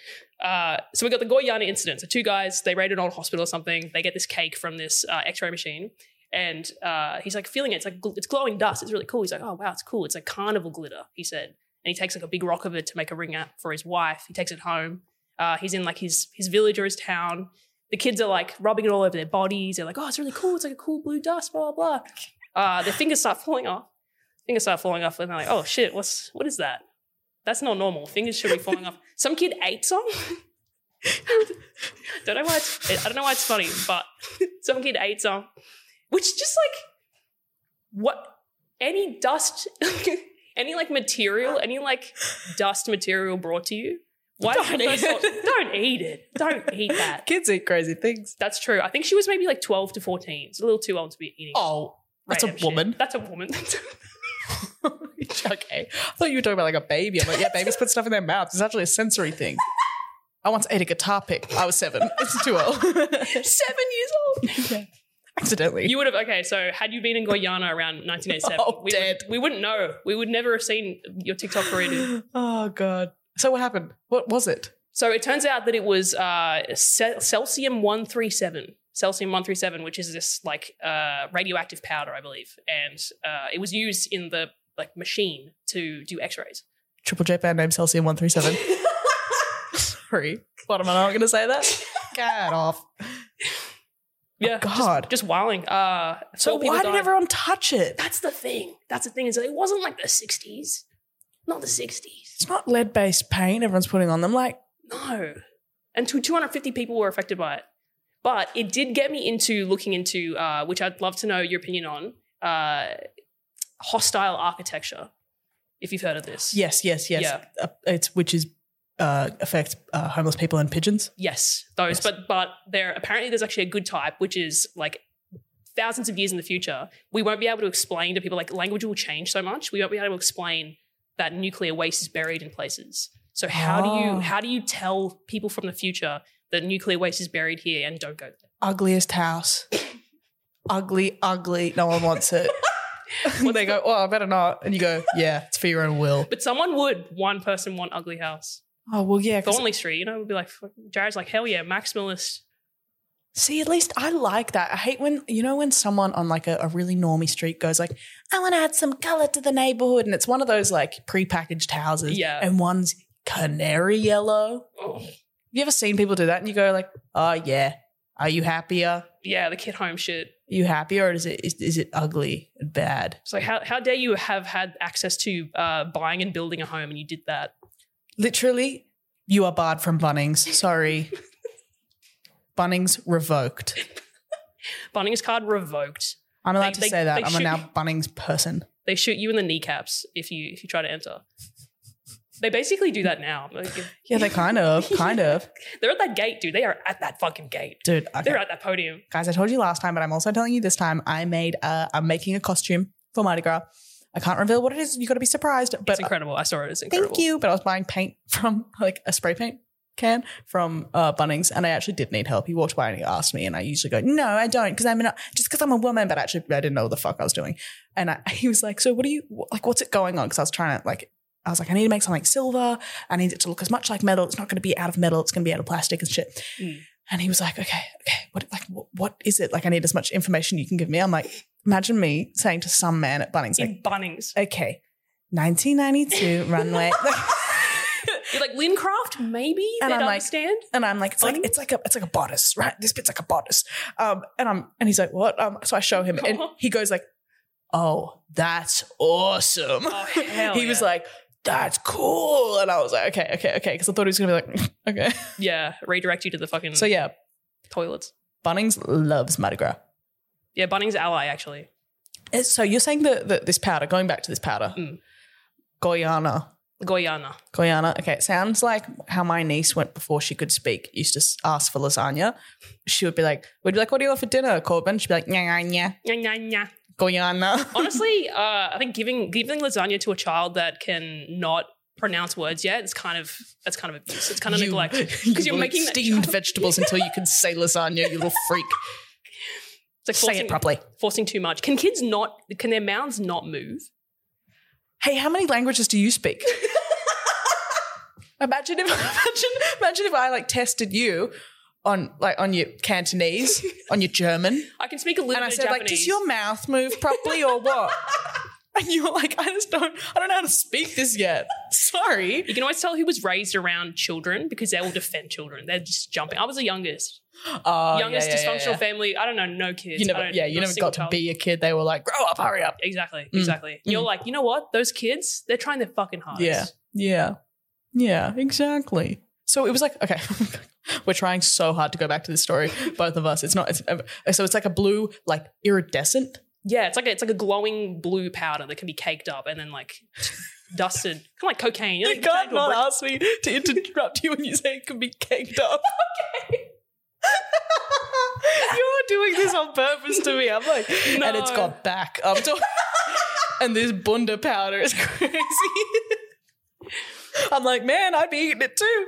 Uh, so we got the Goyana incident. So two guys, they raid an old hospital or something. They get this cake from this uh, X-ray machine, and uh, he's like feeling it. It's like gl- it's glowing dust. It's really cool. He's like, oh wow, it's cool. It's like carnival glitter. He said, and he takes like a big rock of it to make a ring out for his wife. He takes it home. Uh, he's in like his his village or his town. The kids are like rubbing it all over their bodies. They're like, oh, it's really cool. It's like a cool blue dust. Blah blah. blah. Uh, their fingers start falling off. Fingers start falling off, and they're like, oh shit, what's what is that? That's not normal. Fingers should be falling off. Some kid ate some. don't know why it's, I don't know why it's funny, but some kid ate some, which just like what any dust, any like material, any like dust material brought to you. Why Don't eat first of all- it. don't eat it. Don't eat that. Kids eat crazy things. That's true. I think she was maybe like twelve to fourteen. It's a little too old to be eating. Oh, that's a random shit. woman. That's a woman. okay. I thought you were talking about like a baby. I'm like, yeah, babies put stuff in their mouths. It's actually a sensory thing. I once ate a guitar pick. I was seven. It's too old. Seven years old. Accidentally. You would have okay. So had you been in Guyana around 1987, Oh, we, dead. Would, we wouldn't know. We would never have seen your TikTok career. oh god. So what happened? What was it? So it turns out that it was uh, ce- Celsium 137. Celsium 137, which is this like uh, radioactive powder, I believe, and uh, it was used in the like machine to do X-rays. Triple J band name Celsius one three seven. Sorry. What am I not gonna say that? Get off. Yeah, just- God. just, wilding. Uh, So four people why did died. everyone touch it? That's the thing. That's the thing is that it wasn't like the 60s, not the 60s. It's not lead based paint everyone's putting on them. Like No. And two- 250 people were affected by it. But it did get me into looking into, uh, which I'd love to know your opinion on, uh, hostile architecture, if you've heard of this. yes, yes, yes. Yeah. Uh, it's which is uh, affects uh, homeless people and pigeons. Yes, those. Yes. But but there apparently there's actually a good type, which is like thousands of years in the future, we won't be able to explain to people like language will change so much. We won't be able to explain that nuclear waste is buried in places. So how do Oh. you how do you tell people from the future that nuclear waste is buried here and don't go there? Ugliest house. ugly, ugly. No one wants it. they What's go, oh, I better not. And you go, yeah, it's for your own will. But someone would. One person want ugly house. Oh, well, yeah. 'cause- Thornley Street, you know, would be like fuck- Jared's like hell yeah, maximalist. See, at least I like that. I hate when, you know, when someone on like a, a really normy street goes like, I want to add some color to the neighborhood. And it's one of those like prepackaged houses. Yeah. And one's canary yellow. Oh. You ever seen people do that? And you go like, oh, yeah. Are you happier? Yeah, the kid home shit. Are you happier or is it, is, is it ugly and bad? It's like how how dare you have had access to uh, buying and building a home and you did that? Literally, you are barred from Bunnings. Sorry. Bunnings revoked. Bunnings card revoked. I'm allowed They- to they- say they that. I'm a should- now Bunnings person. They shoot you in the kneecaps if you if you try to enter. They basically do that now. Like, if- Yeah, they kind of, kind of. they're at that gate, dude. They are at that fucking gate. Dude, okay. They're at that podium. guys, I told you last time, but I'm also telling you this time. I made, uh, I'm making a costume for Mardi Gras. I can't reveal what it is. You got to be surprised. But it's incredible. I saw it. It's incredible. Uh, thank you. But I was buying paint from like a spray paint can from uh, Bunnings, and I actually did need help. He walked by and he asked me, and I usually go, "No, I don't," because I'm not just because I'm a woman. But actually, I didn't know what the fuck I was doing. And I, he was like, "So what are you wh- like? What's it going on?" Because I was trying to like. I was like, I need to make something silver. I need it to look as much like metal. It's not going to be out of metal. It's going to be out of plastic and shit. Mm. And he was like, okay, okay, what, like, what, what is it? Like, I need as much information you can give me. I'm like, imagine me saying to some man at Bunnings, like, In Bunnings. okay, 1992 runway. You're like Lincroft, maybe? And They'd I'm like- understand. and I'm like, it's like Funny. it's like a it's like a bodice, right? This bit's like a bodice. Um, and I'm and he's like, what? Um, so I show him, and he goes like, oh, that's awesome. Oh, hell he was yeah. like, that's cool, and I was like, okay, okay, okay, because I thought he was gonna be like, okay. yeah, redirect you to the fucking So yeah, toilets. Bunnings loves Mardi Gras. Yeah, Bunnings ally actually. It's- So you're saying that that this powder, going back to this powder, Mm. Guyana. Guyana. Guyana. Okay, it sounds like how my niece went before she could speak, used to s- ask for lasagna. She would be like, we'd be like, what do you want for dinner, Corbin? She'd be like, nya, nya, nya, Nya, nya, nya. Guyana. Honestly, uh, I think giving giving lasagna to a child that can not pronounce words yet is kind of that's kind of abuse. It's kind of neglect. Because you you're will making eat that steamed child- vegetables until you can say lasagna, you little freak. It's like say forcing, it properly. forcing too much. Can kids not? Can their mouths not move? Hey, how many languages do you speak? imagine if imagine imagine if I like tested you on like on your Cantonese, on your German. I can speak a little and I bit said, of like, Japanese. does your mouth move properly or what? and you were like, I just don't, I don't know how to speak this yet. Sorry. you can always tell who was raised around children because they will defend children. They're just jumping. I was the youngest, Oh, youngest yeah, yeah, yeah, dysfunctional yeah. family. I don't know, no kids. You I never, don't- yeah, you not a never single got to child. be a kid. They were like, grow up, hurry up. Exactly, Mm. exactly. You're Mm. like, you know what? Those kids, they're trying their fucking hardest. Yeah. Yeah. Yeah, exactly. So it was like, okay. We're trying so hard to go back to this story, both of us. It's not. It's, uh, so it's like a blue, like iridescent. Yeah, it's like a, it's like a glowing blue powder that can be caked up and then like dusted, kind of like cocaine. You know, You like you turn can't into a not brick. ask me to interrupt you when you say it can be caked up. okay. You're doing this on purpose to me. I'm like, and it's No. got back. I'm talking, and this bunda powder is crazy. I'm like, man, I'd be eating it too.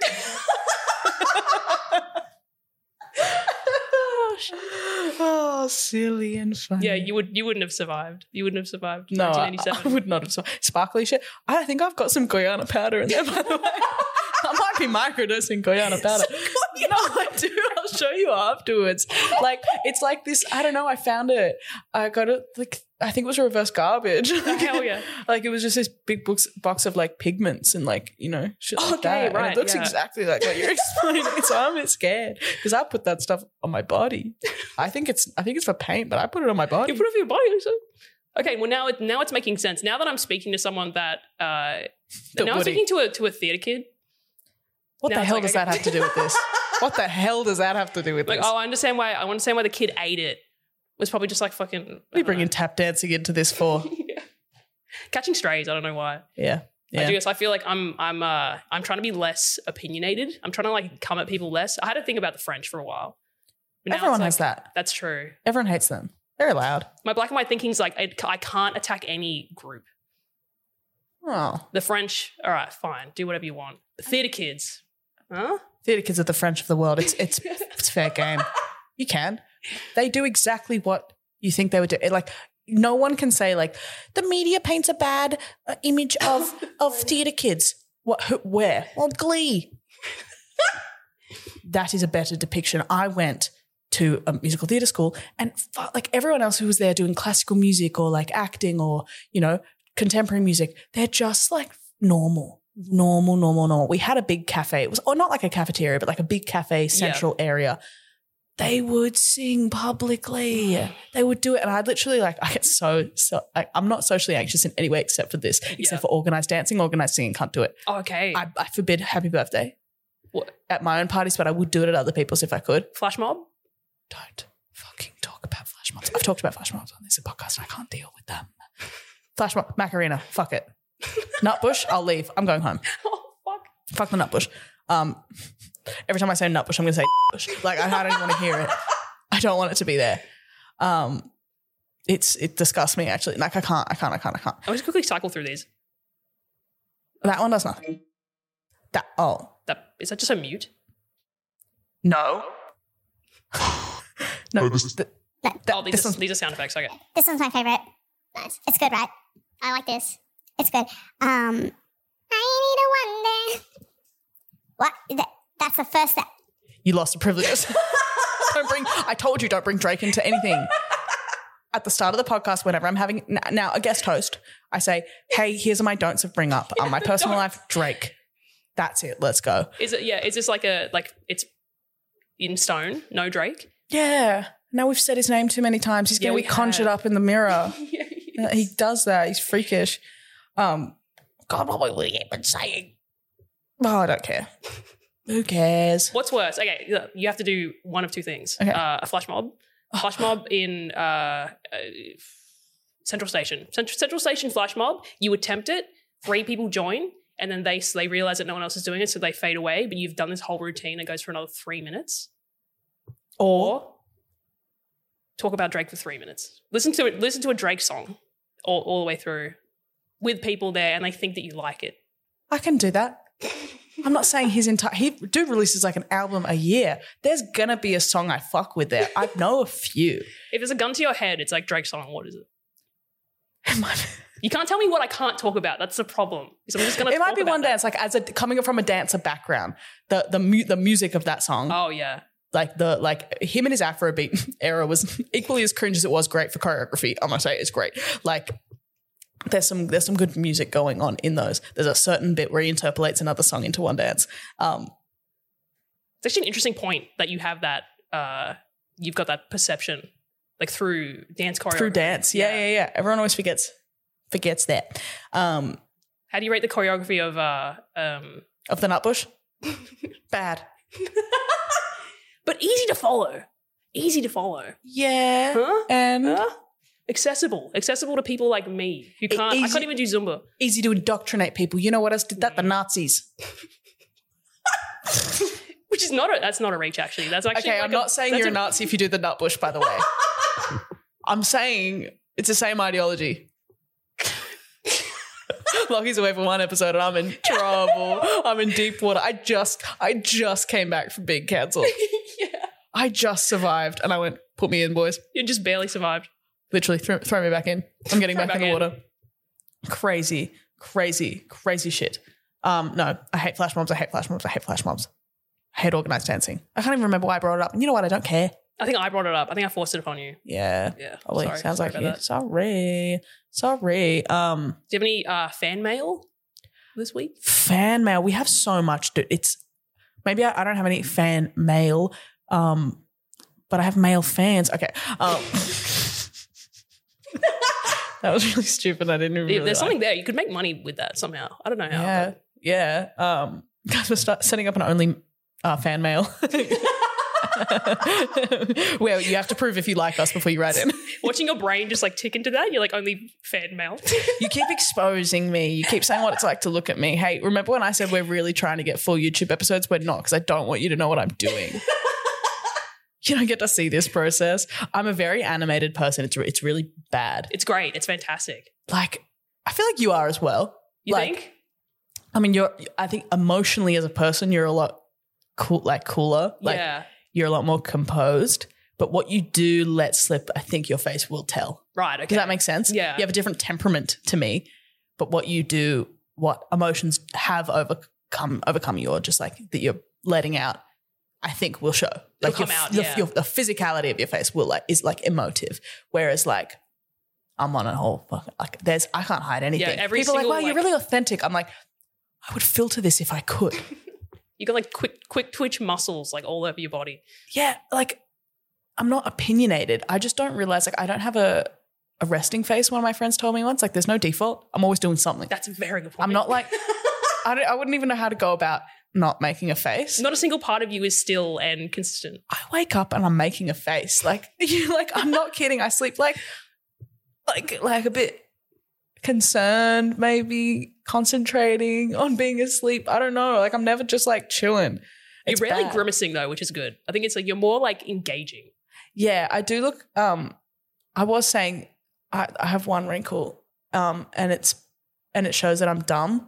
oh, silly and funny. Yeah, you would you wouldn't have survived. You wouldn't have survived. No, I, 1987. I would not have. saw- Sparkly shit. I think I've got some Guyana powder in there, by the way. I might be microdosing Guyana powder. no, I do. I'll show you afterwards. Like it's like this. I don't know. I found it. I got it. Like I think it was reverse garbage. Oh, Hell yeah. like it was just this big books, box of like pigments and like you know shit like Okay, that. And right, it looks yeah. exactly like what you're explaining. so I'm a bit scared because I put that stuff on my body. I think it's I think it's for paint, but I put it on my You body. put it over your body. So. Okay, well now it now it's making sense. Now that I'm speaking to someone that uh That now I'm Woody- speaking to a to a theater kid. What Now the it's hell like, does okay. that have to do with this? what the hell does that have to do with Like, this? oh I understand why I understand why the kid ate it. It was probably just like fucking I what are you don't bringing tap dancing into this for? know. Yeah. Catching strays, I don't know why. Yeah. I Yeah. do. So I feel like I'm I'm uh I'm trying to be less opinionated. I'm trying to like come at people less. I had to think about the French for a while. But now it's Everyone like- has that. That's true. Everyone hates them. They're allowed. My black and white thinking's like I, I can't attack any group. Oh. The French, all right, fine, do whatever you want. The theater kids, huh? Theatre kids are the French of the world. It's it's it's fair game. You can. They do exactly what you think they would do. It, like no one can say like the media paints a bad uh, image of of theatre kids. What? Who, where? Well, Glee. that is a better depiction. I went to a musical theatre school, and fu- like everyone else who was there doing classical music or like acting or you know contemporary music, they're just like normal, normal, normal, normal. We had a big cafe. It was or not like a cafeteria, but like a big cafe central area. They would sing publicly. They would do it, and I'd literally like I get so so. Like, I'm not socially anxious in any way except for this, except Yeah. for organized dancing. Organized singing can't do it. Okay, I, I forbid happy birthday What? at my own parties, but I would do it at other people's if I could. flash mob. Don't fucking talk about flash mobs. I've talked about flash mobs on this podcast and I can't deal with them. Flash mob, Macarena, fuck it. Nut bush, I'll leave. I'm going home. Oh fuck. Fuck the nut bush. Um, every time I say nut bush, I'm going to say bush. Like, I, I don't want to hear it. I don't want it to be there. Um, it's It disgusts me, actually. Like, I can't, I can't, I can't, I can't. I'll just quickly cycle through these. That one does nothing. That, oh, That is that just a mute? no. no, Oh, this is- th- No. that- oh, these, this are, one's these are sound effects. Okay. This one's my favorite. Nice. It's good, right? I like this. It's good. Um, I need a one day. What? That, that's the first step. you lost the privileges. don't bring. I told you, don't bring Drake into anything. At the start of the podcast, whenever I'm having n- now a guest host, I say, "Hey, here's my don'ts of bring up on my personal life, Drake." That's it. Let's go. Is it? Yeah. Is this like a like it's in stone? No Drake. Yeah. Now we've said his name too many times. He's Yeah, gonna we be conjured have. up in the mirror. yeah. Uh, he does that. He's freakish. Um, God, what were we even saying? oh, I don't care. Who cares? What's worse? Okay, look, you have to do one of two things: Okay. Oh. uh, a flash mob, flash mob in uh, uh, Central Station, Central, Central Station flash mob. You attempt it, three people join, and then they they realize that no one else is doing it, so they fade away. But you've done this whole routine; it goes for another three minutes. Or Talk about Drake for three minutes. Listen to it. Listen to a Drake song all, all the way through with people there, and they think that you like it. I can do that. I'm not saying his entire he dude releases like an album a year. There's gonna be a song I fuck with there. I know a few. If there's a gun to your head, it's like Drake song. What is it? It might, You can't tell me what I can't talk about. That's the problem. So I'm just gonna. it might talk be about one that. dance like as a coming from a dancer background. The the mu- the music of that song, Oh yeah. like the like him and his Afrobeat era was equally as cringe as it was great for choreography. I'm gonna say it's great. Like there's some there's some good music going on in those. There's a certain bit where he interpolates another song into one dance. Um, it's actually an interesting point that you have that uh you've got that perception like through dance choreography through dance. Yeah, yeah, yeah. Everyone always forgets forgets that. Um, how do you rate the choreography of uh um of the Nutbush. Bad. but easy to follow easy to follow Yeah. huh And huh accessible accessible to people like me who can't i easy- can't even do zumba easy to indoctrinate people. You know what else did that? The Nazis. which is not a that's not a reach actually that's actually Okay, like I'm a- not saying that's you're a a- Nazi if you do the Nutbush, by the way. I'm saying it's the same ideology. Lockie's away for one episode and I'm in trouble. I'm in deep water. I just I just came back from being cancelled. yeah I just survived and I went, put me in, boys. you just barely survived Literally throw, throw me back in. I'm getting Throw back back, in the in. water. Crazy, crazy, crazy shit. Um, no, I hate flash mobs. I hate flash mobs. I hate flash mobs. I hate organized dancing. I can't even remember why I brought it up. You know what? I don't care. i think i brought it up i think i forced it upon you Yeah, yeah probably sorry. Oh, sounds Sorry like about you. that. Sorry, sorry. Um, do you have any uh fan mail this week fan mail. We have so much. Dude. It's maybe I, I don't have any fan mail, um, but I have male fans. Okay. Um, that was really stupid. I didn't If even. Really there's like- something there you could make money with that somehow i don't know how Yeah, but- yeah. Um, guys, we're start setting up an only uh, fan mail. Where you have to prove if you like us before you write in. watching your brain just like tick into that, you're like only fan mail. You keep exposing me. You keep saying what it's like to look at me. Hey, remember when I said we're really trying to get full YouTube episodes? We're not because I don't want you to know what I'm doing. you don't get to see this process. I'm a very animated person. It's re- it's really bad. It's great. It's fantastic. Like I feel like you are as well. You Like- think? I mean, you're I think emotionally as a person, you're a lot cool like cooler. Like yeah. you're a lot more composed. But what you do let slip, I think your face will tell. Right. Okay. Does that make sense? Yeah. You have a different temperament to me, but what you do, what emotions have overcome overcome you, or just like that you're letting out, I think will show. Like come your, out, your- yeah. your- the physicality of your face will like is like emotive, whereas like. I'm on a whole fucking like there's I can't hide anything. every People are like, single, wow, you're like- really authentic. I'm like, I would filter this if I could. you got like quick quick twitch muscles like all over your body. yeah, like I'm not opinionated. I just don't realize like I don't have a a resting face. One of my friends told me once, like there's no default. I'm always doing something. That's a very good point. I'm not like I don't, I wouldn't even know how to go about not making a face. not a single part of you is still and consistent. I wake up and I'm making a face. Like you like I'm not kidding. I sleep like like like a bit concerned, maybe concentrating on being asleep. I don't know. Like I'm never just like chilling. It's you're rarely bad. grimacing though, which is good. I think it's like you're more like engaging. Yeah, I do look. Um, I was saying I, I have one wrinkle, um, and it's and it shows that I'm dumb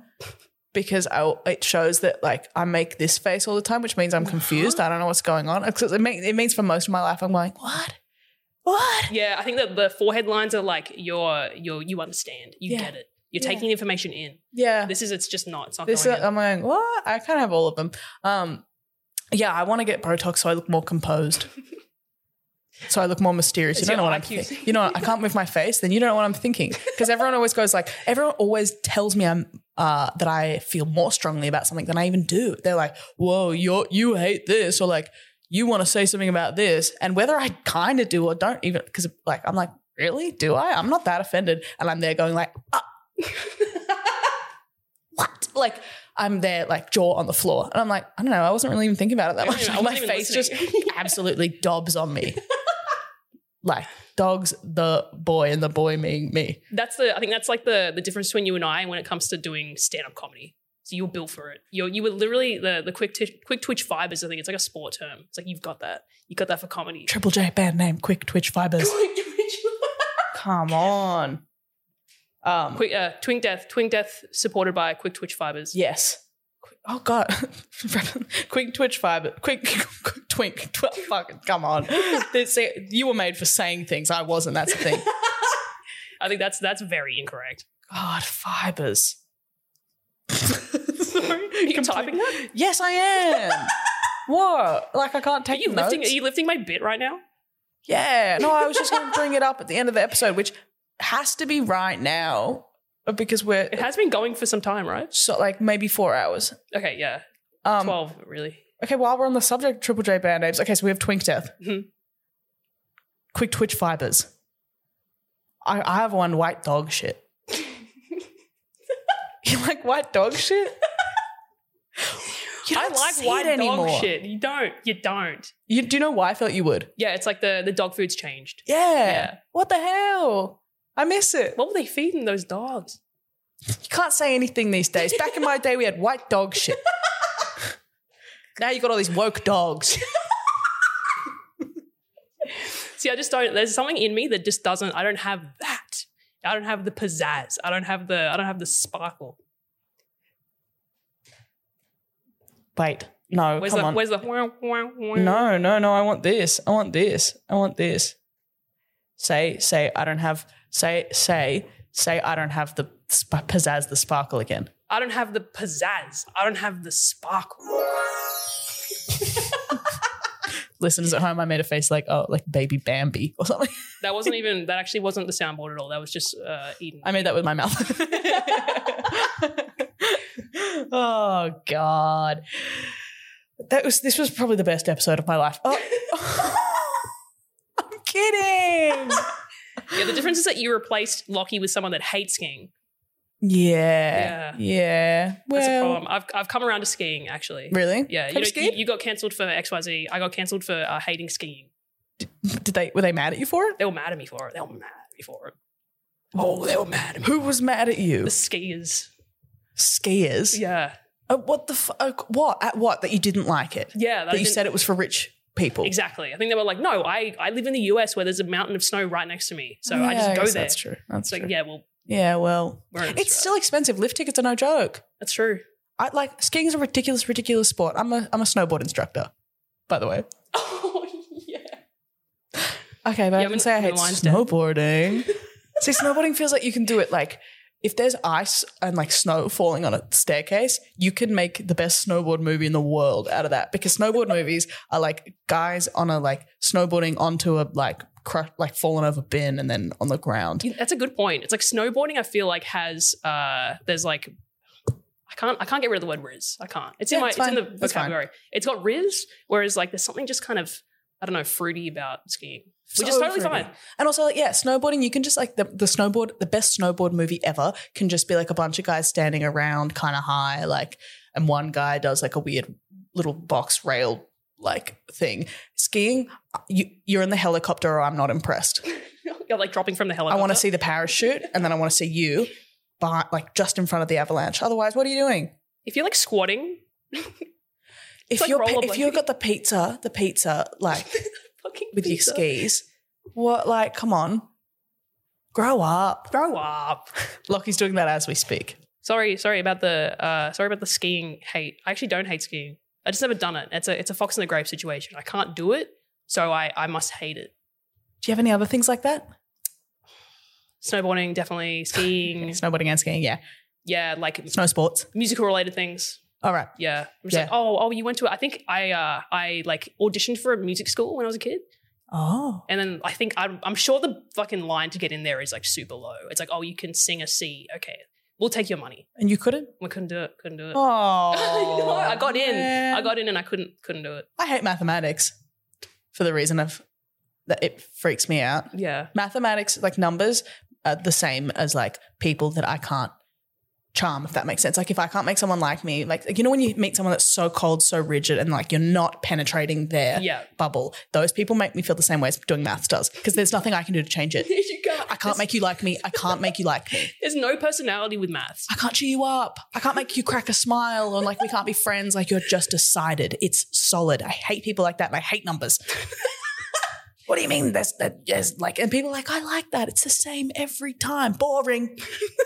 because I it shows that like I make this face all the time, which means I'm confused. I don't know what's going on. Because it, mean, it means for most of my life I'm going what, what? Yeah, I think that the forehead lines are like you're you're you understand, you Yeah. get it, you're Yeah. taking the information in. Yeah, This is it's just not. It's not this uh, um, going in. is, I'm going what? I kind of have all of them. Um, yeah, I want to get Botox so I look more composed. So I look more mysterious. It's you don't know your what I'm IQ. thinking. You know, I can't move my face. Then you don't know what I'm thinking because everyone always goes like, everyone always tells me I'm uh, that I feel more strongly about something than I even do. They're like, "Whoa, you you hate this," or like, "You want to say something about this," and whether I kind of do or don't even because like I'm like, really, do I? I'm not that offended, and I'm there going like, ah. what? Like I'm there like jaw on the floor, and I'm like, I don't know, I wasn't really even thinking about it that I much. wasn't even- I my wasn't even face just listening. absolutely dobs on me. like dogs the boy and the boy being me. that's the I think that's like the the difference between you and I when it comes to doing stand up comedy. So you're built for it. You you were literally the the quick t- quick twitch fibers. I think it's like a sport term. It's like you've got that. You got that for comedy. Triple J band name, quick twitch fibers. quick twitch. Come on. Um quick uh, twink death. Twink death supported by quick twitch fibers. yes. Oh god. quick twitch fiber. Quick quick twink. Tw- fucking come on. This- you were made for saying things. I wasn't. That's the thing. I think that's that's very incorrect. God, fibers. Are you typing that? Yes, I am. what? Like I can't Are take you notes. lifting? Are you lifting my bit right now? Yeah. No, I was just going to bring it up at the end of the episode, which has to be right now uh, because we're It has been going for some time, right? so like maybe four hours. Okay, yeah, Um, twelve really. Okay, while we're on the subject of Triple J band names, okay, so we have Twink Death, Mhm. Quick Twitch Fibers. I, I have one white dog shit. you like white dog shit? You I don't like see it white dog anymore. shit. You don't. You don't. You, do you know why I felt you would? Yeah, it's like the the dog food's changed. Yeah. Yeah. What the hell? I miss it. What were they feeding those dogs? You can't say anything these days. Back in my day, we had white dog shit. now you got all these woke dogs. See, I just don't. There's something in me that just doesn't. I don't have that. I don't have the pizzazz. I don't have the. I don't have the sparkle. Wait, no, Where's come the? on. Where's the? Wow, wow, wow. no, no, no. I want this. I want this. I want this. Say, say, I don't have. Say, say, say, I don't have the sp- pizzazz, the sparkle again. I don't have the pizzazz. I don't have the sparkle. Listeners at home, I made a face like, oh, like baby Bambi or something. That wasn't even. That actually wasn't the soundboard at all. That was just uh, Eden. I made that with my mouth. oh God. That was this was probably the best episode of my life. Oh. I'm kidding. yeah, the difference is that you replaced Lockie with someone that hates skiing. Yeah. Yeah. Yeah. That's a Well, problem. I've I've come around to skiing actually. really? Yeah, you, Have know, you, skied? you got cancelled for XYZ. I got cancelled for uh, hating skiing. Did they were they mad at you for it? They were mad at me for it. They were mad at me for it. Oh, they were mad at me. Who was mad at you? The skiers. Skiers. Yeah. Oh, Uh, what the fuck? what? At what? That you didn't like it? Yeah. that I That you didn't- said it was for rich people. Exactly. I think they were like, no, I, I live in the US where there's a mountain of snow right next to me. So Yeah, I just go guess there. That's true. That's It's like, true. yeah, well, Yeah, well, we're in it's Australia. still expensive. Lift tickets are no joke. That's true. I like skiing is a ridiculous, ridiculous sport. I'm a I'm a snowboard instructor, by the way. Oh, yeah. Okay, but I Yeah, can when- say I when hate the line's dead. snowboarding. See, snowboarding feels like you can do it like if there's ice and like snow falling on a staircase, you can make the best snowboard movie in the world out of that because snowboard movies are like guys on a like snowboarding onto a like cru- like fallen over bin and then on the ground. You- That's a good point. It's like snowboarding, I feel like has, uh, there's like, I can't, I can't get rid of the word riz. I can't. It's Yeah, in my, it's it's, fine. in the That's fine. vocabulary. It's got riz, whereas like there's something just kind of, I don't know, fruity about skiing, which is So totally fruity. fine. And also, like, yeah, snowboarding, you can just like the, the snowboard, the best snowboard movie ever can just be like a bunch of guys standing around kind of high, like, and one guy does like a weird little box rail like thing. Skiing, you, you're in the helicopter or I'm not impressed. You're like dropping from the I helicopter. want to see the parachute and then I want to see you behind, like just in front of the avalanche. Otherwise, what are you doing? If you're like squatting, If like you're pa- rollerblading. if you've got the pizza, the pizza like fucking with your pizza. skis, what like come on, grow up. Grow up. Lockie's doing that as we speak. Sorry, sorry about the uh, sorry about the skiing hate. I actually don't hate skiing. I just never done it. It's a it's a fox in the grave situation. I can't do it, so I I must hate it. Do you have any other things like that? Snowboarding, definitely skiing. Snowboarding and skiing, yeah. yeah, like Snow sports. musical related things. All right. Yeah, I'm just Yeah. like oh oh you went to it. I think I uh I like auditioned for a music school when I was a kid, Oh. and then I think I'm I'm sure the fucking line to get in there is like super low. It's like oh you can sing a C. Okay, we'll take your money. And you couldn't? We couldn't do it. Couldn't do it. Oh. No, I got in. man. I got in and I couldn't couldn't do it. I hate mathematics for the reason of that it freaks me out. Yeah. Mathematics, like numbers, are the same as like people that I can't charm, if that makes sense. Like if I can't make someone like me, like, like, you know when you meet someone that's so cold, so rigid, and like you're not penetrating their Yeah. bubble, those people make me feel the same way as doing maths does. Because there's nothing I can do to change it. you go. I can't make you like me. I can't make you like me. There's no personality with maths. I can't cheer you up. I can't make you crack a smile or like we can't be friends. Like you're just decided. It's solid. I hate people like that and I hate numbers. what do you mean? That's that is like and people are like, I like that. It's the same every time. Boring.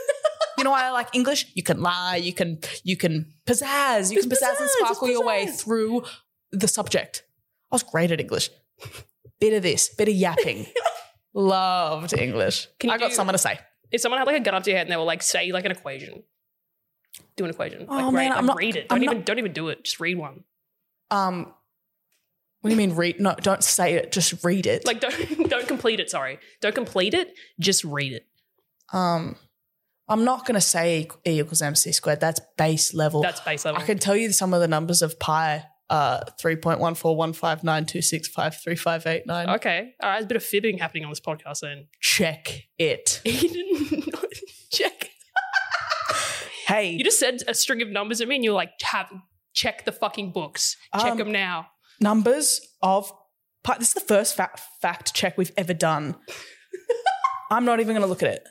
you know why I like English? You can lie, you can you can pizzazz, you It's can pizzazz, and pizzazz, it's sparkle your way pizzazz. through the subject. I was great at English. Bit of this, bit of yapping. Loved English. Can you I got do- someone to say. If someone had like a gun up to your head and they were like, say like an equation, do an equation. Oh, like, man, like, I'm not- read it. I'm Don't even don't even do it. Just read one. Um, what do you mean read? No, don't say it. Just read it. Like don't don't complete it. Sorry, don't complete it. Just read it. um, I'm not gonna say E equals MC squared. That's base level. That's base level. I can tell you some of the numbers of pi. Uh, three point one four one five nine two six five three five eight nine. okay, all right. There's a bit of fibbing happening on this podcast. Then Check it. you didn't check. Hey, You just said a string of numbers at me, and you're like, have check the fucking books. Check Um, them now. numbers of pi. This is the first fa- fact check we've ever done. I'm not even gonna look at it.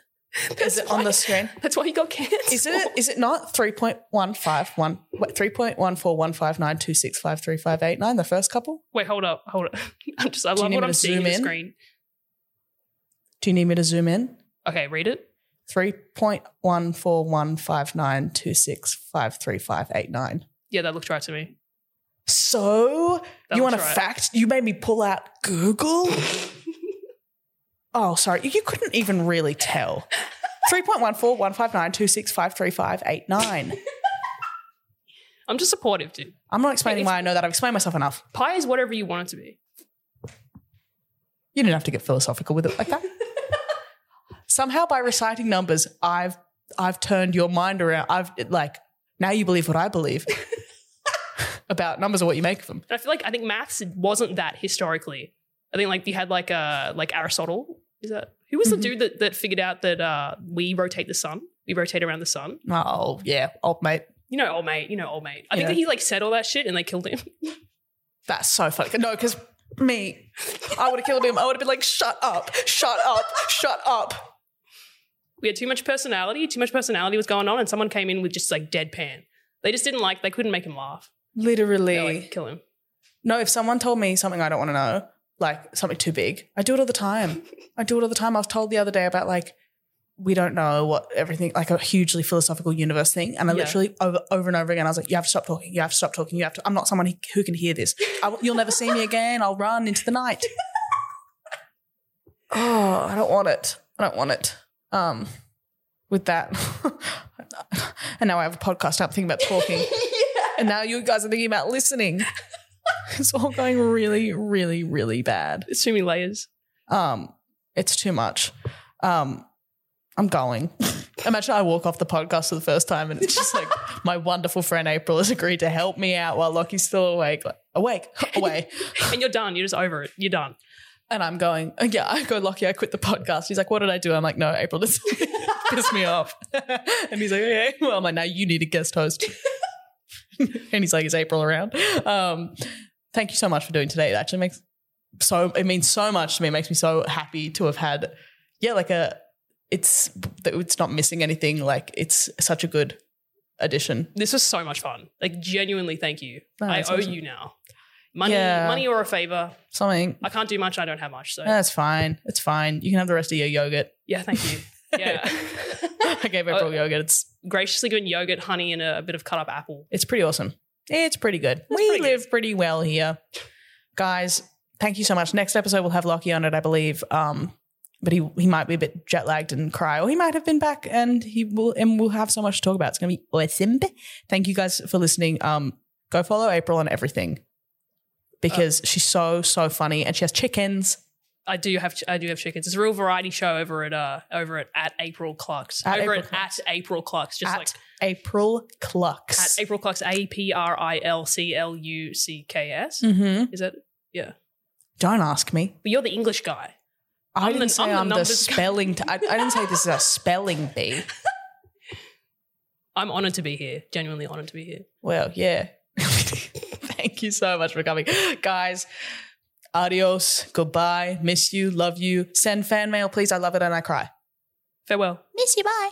Is it on the screen? That's why you got cancer. Is it? Is it not three point one five one? Three point one four one five nine two six five three five eight nine? The first couple. Wait, hold up, hold up. I'm just I Do you love need what me I'm to seeing on zoom the in? screen. Do you need me to zoom in? Okay, read it. Three point one four one five nine two six five three five eight nine. Yeah, that looked right to me. So That you want looks a right. fact? You made me pull out Google. oh, sorry, you couldn't even really tell. Three point one four one five nine two six five three five eight nine. I'm just supportive, dude. I'm not explaining why I know that. I've explained myself enough. Pi is whatever you want it to be. You didn't have to get philosophical with it like that. Somehow, by reciting numbers, I've I've turned your mind around. I've it, like now you believe what I believe about numbers or what you make of them. And I feel like I think maths wasn't that historically. I think like you had like uh like Aristotle. Is that who was Mhm. the dude that, that figured out that uh we rotate the sun? We rotate around the sun. Oh yeah, old mate. You know, old mate. You know, old mate. I Yeah. think that he like said all that shit and they killed him. That's so funny. No, because me, I would have killed him. I would have been like, shut up, shut up, shut up. We had too much personality. Too much personality was going on, and someone came in with just like deadpan. They just didn't like. They couldn't make him laugh. They Literally. were like, kill him. No, if someone told me something I don't want to know, like something too big, I do it all the time. I do it all the time. I was told the other day about like we don't know what everything like a hugely philosophical universe thing, and I Yeah. literally over, over and over again, I was like, "You have to stop talking. You have to stop talking. You have to." I'm not someone who can hear this. I w you'll never see me again. I'll run into the night. oh, I don't want it. I don't want it. Um, with that, and now I have a podcast. I'm thinking about talking. And now you guys are thinking about listening. it's all going really, really, really bad. It's too many layers. Um, it's too much. Um, I'm going. Imagine I walk off the podcast for the first time and it's just like my wonderful friend April has agreed to help me out while Lockie's still awake. Like, awake, away. And you're done. You're just over it. You're done. And I'm going, "Oh, yeah, I go, Lockie, I quit the podcast. He's like, what did I do? I'm like, no, April just pissed me off. and he's like, okay. Well, I'm like, now you need a guest host. and he's like, is April around? Um, thank you so much for doing today. It actually makes so, it means so much to me. It makes me so happy to have had, yeah, like a, it's, that it's not missing anything. Like it's such a good addition. This was so much fun. Like genuinely, thank you. No, I it's owe Oh, awesome. you now. Money, Yeah. money or a favor. Something. I can't do much. I don't have much. So That's fine. It's fine. You can have the rest of your yogurt. yeah, thank you. Yeah, I gave April Oh. yogurt. It's graciously given yogurt, honey, and a, a bit of cut up apple. It's pretty awesome. It's pretty good. we pretty good. live pretty well here. Guys, thank you so much. Next episode we'll have Lockie on it, I believe. Um, but he he might be a bit jet lagged and cry, or he might have been back and he will and we'll have so much to talk about. It's gonna be awesome. Thank you guys for listening. Um, go follow April on everything. Because she's so, so funny and she has chickens. I do have I do have chickens. It's a real variety show over at uh over at at April Clucks. At over April at at April Clucks. Just at like April at Clucks. April Clucks. A P R I L C L U C K S. mm-hmm. Is that? Don't ask me. But you're the English guy. I I'm the- didn't say I'm I'm the the, numbers guy. spelling. T- I, I didn't say this is a spelling bee. I'm honored to be here. Genuinely honored to be here. Well, yeah. Thank you so much for coming. Guys, adios, goodbye, miss you, love you. Send fan mail, please. I love it and I cry. Farewell. Miss you. Bye.